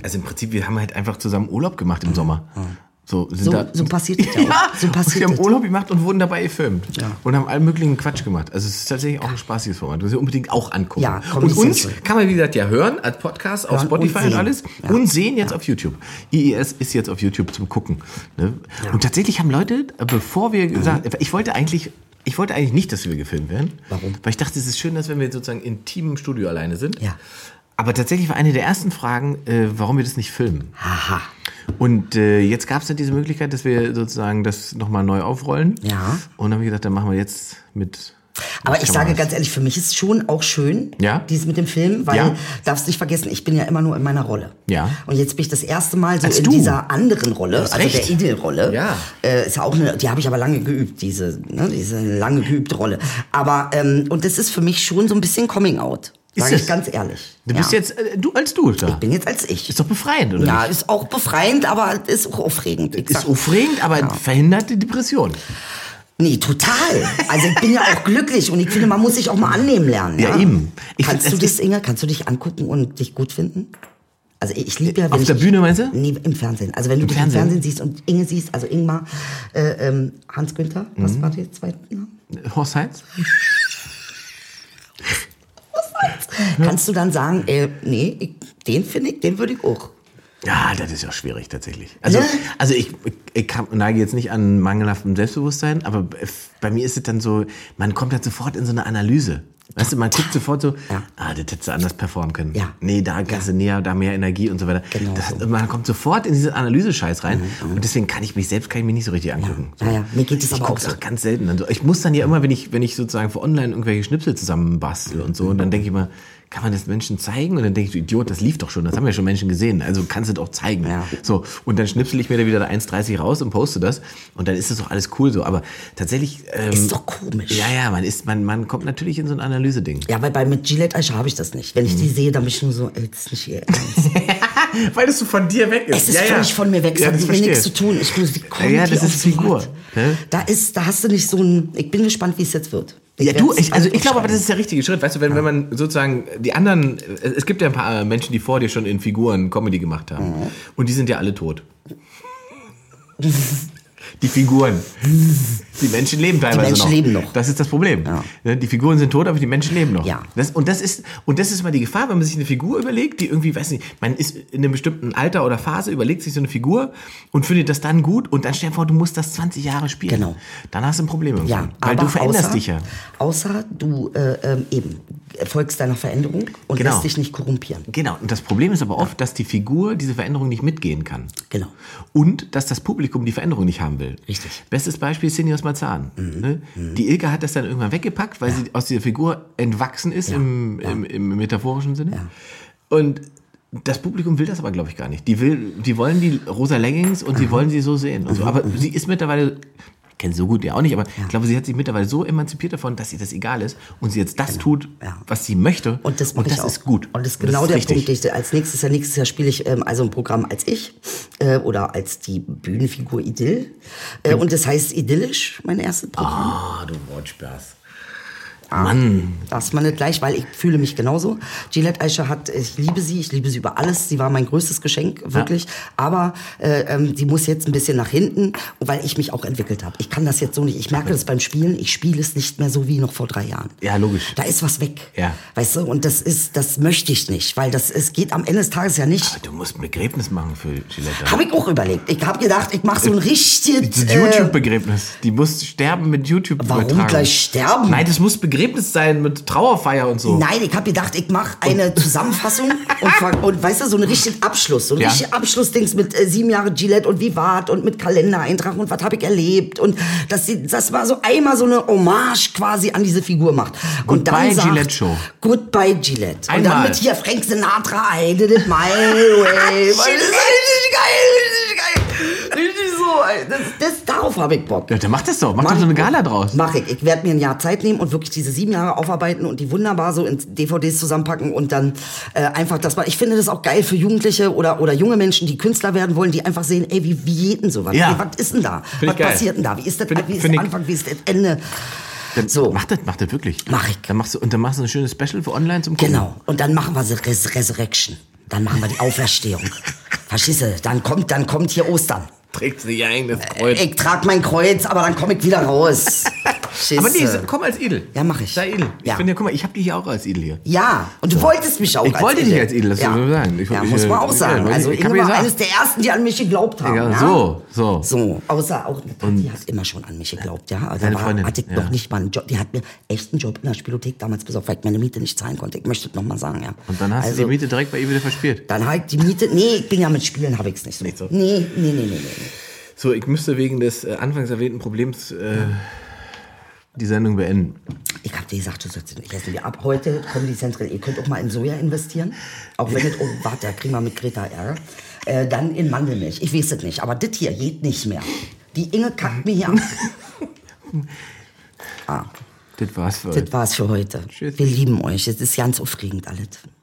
Also im Prinzip, wir haben halt einfach zusammen Urlaub gemacht im Sommer. So, sind
So-
da,
so passiert das ja auch.
ja,
So passiert
Wir haben
das.
Urlaub gemacht und wurden dabei gefilmt. Und haben allen möglichen Quatsch gemacht. Also es ist tatsächlich auch ein spaßiges Format. Das ihr unbedingt auch angucken.
Ja, Comedy
und uns
Central.
kann man, wie gesagt, ja hören als Podcast auf
Hören und
Spotify und,
sehen.
alles. Und sehen jetzt auf YouTube. IES ist jetzt auf YouTube zum Gucken. Ne? Und tatsächlich haben Leute, äh, bevor wir gesagt, ich wollte eigentlich. Ich wollte eigentlich nicht, dass wir gefilmt werden.
Warum?
Weil ich dachte, es ist schön, dass wenn wir sozusagen intim im Studio alleine sind.
Ja.
Aber tatsächlich war eine der ersten Fragen, äh, warum wir das nicht filmen.
Aha.
Und äh, jetzt gab es dann diese Möglichkeit, dass wir sozusagen das nochmal neu aufrollen.
Ja.
Und dann habe ich gedacht, dann machen wir jetzt mit.
Aber
Kann
ich
man
sage
das-
ganz ehrlich, für mich ist schon auch schön,
Ja?
dies mit dem Film, weil
Ja.
darfst nicht vergessen, ich bin ja immer nur in meiner Rolle.
Ja.
Und jetzt bin ich das erste Mal so
Als
in
du.
dieser anderen Rolle, also
recht.
der Idel-Rolle.
Ja.
Äh, ist ja auch eine, die habe ich aber lange geübt, diese, ne, diese lange geübte Rolle. Aber ähm, und das ist für mich schon so ein bisschen Coming Out,
Ist
sage ich
es?
ganz ehrlich.
Du bist
ja.
jetzt äh, du als du da.
bin jetzt als ich.
Ist doch befreiend, oder?
Ja,
nicht?
ist auch befreiend, aber ist auch aufregend. Ich
Ist
sag- Genau.
aufregend, aber verhindert die Depression.
Nee, total. Also ich bin ja auch glücklich und ich finde, man muss sich auch mal annehmen lernen. ne?
Ja, eben. Ich
kannst du
find, es
das, Inge, kannst du dich angucken und dich gut finden? Also ich, ich liebe ja, wenn
Auf
ich,
der Bühne, meinst du?
Nee, im Fernsehen. Also wenn du dich
Fernsehen?
im Fernsehen siehst und Inge siehst, also Ingmar, äh, ähm, Hans Günther,
Mhm.
was war der zweite Name?
Horst Heinz?
Kannst du dann sagen, äh, nee, ich, den finde ich, den würde ich auch.
Ja, das ist ja schwierig tatsächlich. Also,
Ne?
also ich, ich, ich kann- neige jetzt nicht an mangelhaftem Selbstbewusstsein, aber bei mir ist es dann so, man kommt halt sofort in so eine Analyse. Weißt du, man guckt sofort so, ah, das hättest du anders performen können.
Ja.
Nee, da kannst du näher, da mehr Energie und so weiter.
Genau
das,
so. Mhm,
Man kommt sofort in diesen Analyse-Scheiß rein und deswegen kann ich mich selbst kann ich mich nicht so richtig angucken.
Ja, ja, mir geht es
Ich
aber auch
guck's auch ganz selten. Dann so. Ich muss dann ja immer, wenn ich, wenn ich sozusagen für online irgendwelche Schnipsel zusammenbastel und so, und dann denke ich mal, kann man das Menschen zeigen? Und dann denke ich, du Idiot, das lief doch schon, das haben ja schon Menschen gesehen, also kannst du doch zeigen.
Ja.
So, und dann schnipsel ich mir da wieder da 1,30 raus und poste das und dann ist das doch alles cool so. Aber tatsächlich, ähm,
Ist doch komisch.
ja, ja, man, ist, man, man kommt natürlich in so ein Analyse-Ding.
Ja, weil bei mit Gillette Eicher habe ich das nicht. Wenn ich
Mhm.
die sehe, dann bin ich nur so, ey, das ist nicht ihr Ernst.
Weil das so von dir weg
Es ist völlig von mir weg, es
Ja,
hat
das
mit mir nichts
verstehe
zu tun. Ich muss, wie kommt
Ja,
die
das
auf
ist
so
Figur,
was?
ne?
Da ist, da hast du nicht so ein. Ich bin gespannt, wie es jetzt wird.
Ja,
werd's
du, ich, also ich glaube, aber das
aufschreiben.
ist der richtige Schritt. Weißt du, wenn, wenn man sozusagen die anderen, es gibt ja ein paar äh, Menschen, die vor dir schon in Figuren Comedy gemacht haben.
Mhm.
Und die sind ja alle tot. Die Figuren. Die Menschen leben teilweise
Menschen
noch.
leben noch.
Das ist das Problem. Ne, Die Figuren sind tot, aber die Menschen leben noch.
Ja.
Das, und, das ist, und das ist mal die Gefahr, wenn man sich eine Figur überlegt, die irgendwie, weiß nicht, man ist in einem bestimmten Alter oder Phase, überlegt sich so eine Figur und findet das dann gut und dann stell dir vor, du musst das 20 Jahre spielen.
Genau.
Dann hast du ein Problem. irgendwann.
Ja,
Weil
aber
du veränderst
außer,
dich ja.
Außer du äh, ähm, eben folgst deiner Veränderung und
Genau.
lässt dich nicht korrumpieren.
Genau, und das Problem ist aber oft, dass die Figur diese Veränderung nicht mitgehen kann.
Genau.
Und dass das Publikum die Veränderung nicht haben will.
Richtig. Mhm.
Bestes Beispiel ist Seniors Marzahn. Ne? Die Ilke hat das dann irgendwann weggepackt, weil sie aus dieser Figur entwachsen ist im, Im, im metaphorischen Sinne. Und das Publikum will das aber, glaube ich, gar nicht. Die, will, die wollen die rosa Leggings und die wollen sie so sehen. Und so. Aber
Mhm.
sie ist mittlerweile, ich kenne sie so gut ja auch nicht, aber ich glaube, sie hat sich mittlerweile so emanzipiert davon, dass ihr das egal ist und sie jetzt das tut,
Genau. Ja.
was sie möchte.
Und das, mach ich auch.
ist gut.
Und das ist genau
ist
der
richtig.
Punkt, den ich als nächstes Jahr, nächstes Jahr spiele ich ähm, also ein Programm als ich äh, oder als die Bühnenfigur Idyll. Äh, und das heißt Idyllisch, mein erstes Programm.
Ah, du Wortspaß.
Mann. Das man nicht gleich, weil ich fühle mich genauso. Gillette Eiche hat, ich liebe sie, ich liebe sie über alles. Sie war mein größtes Geschenk, wirklich. Aber äh, ähm, die muss jetzt ein bisschen nach hinten, weil ich mich auch entwickelt habe. Ich kann das jetzt so nicht. Ich merke das beim Spielen. Ich spiele es nicht mehr so wie noch vor drei Jahren.
Ja, logisch.
Da ist was weg.
Ja.
Weißt du, und das ist, das möchte ich nicht, weil das, es geht am Ende des Tages ja nicht.
Du musst ein Begräbnis machen für Gillette.
Habe ich auch überlegt. Ich habe gedacht, ich mache so
Äh,
ein richtiges.
Das YouTube-Begräbnis. Die muss sterben mit YouTube.
Äh, Warum
übertragen.
gleich sterben?
Nein, das muss Begräbnis sein mit Trauerfeier und so.
Nein, ich habe gedacht, ich mache eine Zusammenfassung und, ver- und weißt du, so einen richtigen Abschluss. So einen
Ja.
richtigen Abschlussdings mit äh, sieben Jahre Gillette und Vivat und mit Kalendereintrag und was habe ich erlebt. Und dass sie, das war so einmal so eine Hommage quasi an diese Figur macht. und dann
Goodbye
sagt,
Gillette Show.
Goodbye Gillette. Und dann
Einmal.
mit hier Frank Sinatra, I did it my way. Weil das ist richtig geil, richtig geil. Richtig so. ey. Das, das, darauf habe ich Bock.
Ja, dann mach das doch. Mach
Mach
doch so eine
ich.
Gala draus.
Mach ich. Ich werde mir ein Jahr Zeit nehmen und wirklich diese sieben Jahre aufarbeiten und die wunderbar so in DVDs zusammenpacken und dann äh, einfach das mal. Ich finde das auch geil für Jugendliche oder, oder junge Menschen, die Künstler werden wollen, die einfach sehen, ey, wie, wie geht denn sowas?
Ja.
Ey, was ist denn da?
ich
was
geil.
passiert denn da? Wie ist das,
Find ich-
wie ist
find
der
ich-
Anfang, wie ist das Ende? so.
Mach das, mach das wirklich.
Mach ich.
Dann machst du, und dann machst du ein schönes Special für online zum Gucken.
Genau. Und dann machen wir so Res Resurrection. Dann machen wir die Auferstehung. Verstehst du? Dann kommt, dann kommt hier Ostern.
Trägst du dir eigenes Kreuz.
Ich trag mein Kreuz, aber dann komme ich wieder raus.
Aber nee,
Schisse.
komm als Edel.
Ja, mach ich.
Sei Edel. Ich
Ja.
finde, guck mal, ich hab dich hier auch als Edel hier.
Ja, und du wolltest mich auch
Ich
als
wollte dich als edel, das
ja.
soll so sein. Ich-
ja,
ich-
muss man auch
ja, weiß
sagen.
ich,
also
ich
ich
hab
war
gesagt.
eines der Ersten, die an mich geglaubt haben.
Ja,
Ja,
so, so.
So, außer auch, die hat immer schon an mich geglaubt, ja. Also
Deine
war,
Freundin,
hatte ich
ja.
noch nicht mal einen Job. Die hat mir echt einen Job in der Spielothek damals besorgt, weil ich meine Miete nicht zahlen konnte. Ich möchte es nochmal sagen, ja.
Und dann hast
also,
du die Miete direkt bei ihr wieder verspielt.
Dann halt die Miete, nee, ich bin ja mit Spielen, habe ich es nicht.
Nicht so.
Nee, nee, nee, nee, nee, nee.
So, ich müsste wegen des äh, anfangs erwähnten Problems äh, die Sendung beenden.
Ich habe dir gesagt, du sollst nicht essen. Wir ab heute kommen die Zentren. Ihr könnt auch mal in Soja investieren. Auch wenn es, oh, warte, da kriegen wir mit Greta Ärger. Äh, dann in Mandelmilch. Ich weiß es nicht. Aber das hier geht nicht mehr. Die Inge kackt mir hier ab. ah,
Das war's für heute.
das war's für heute.
Tschüss.
Wir lieben euch. Es ist ganz aufregend alles.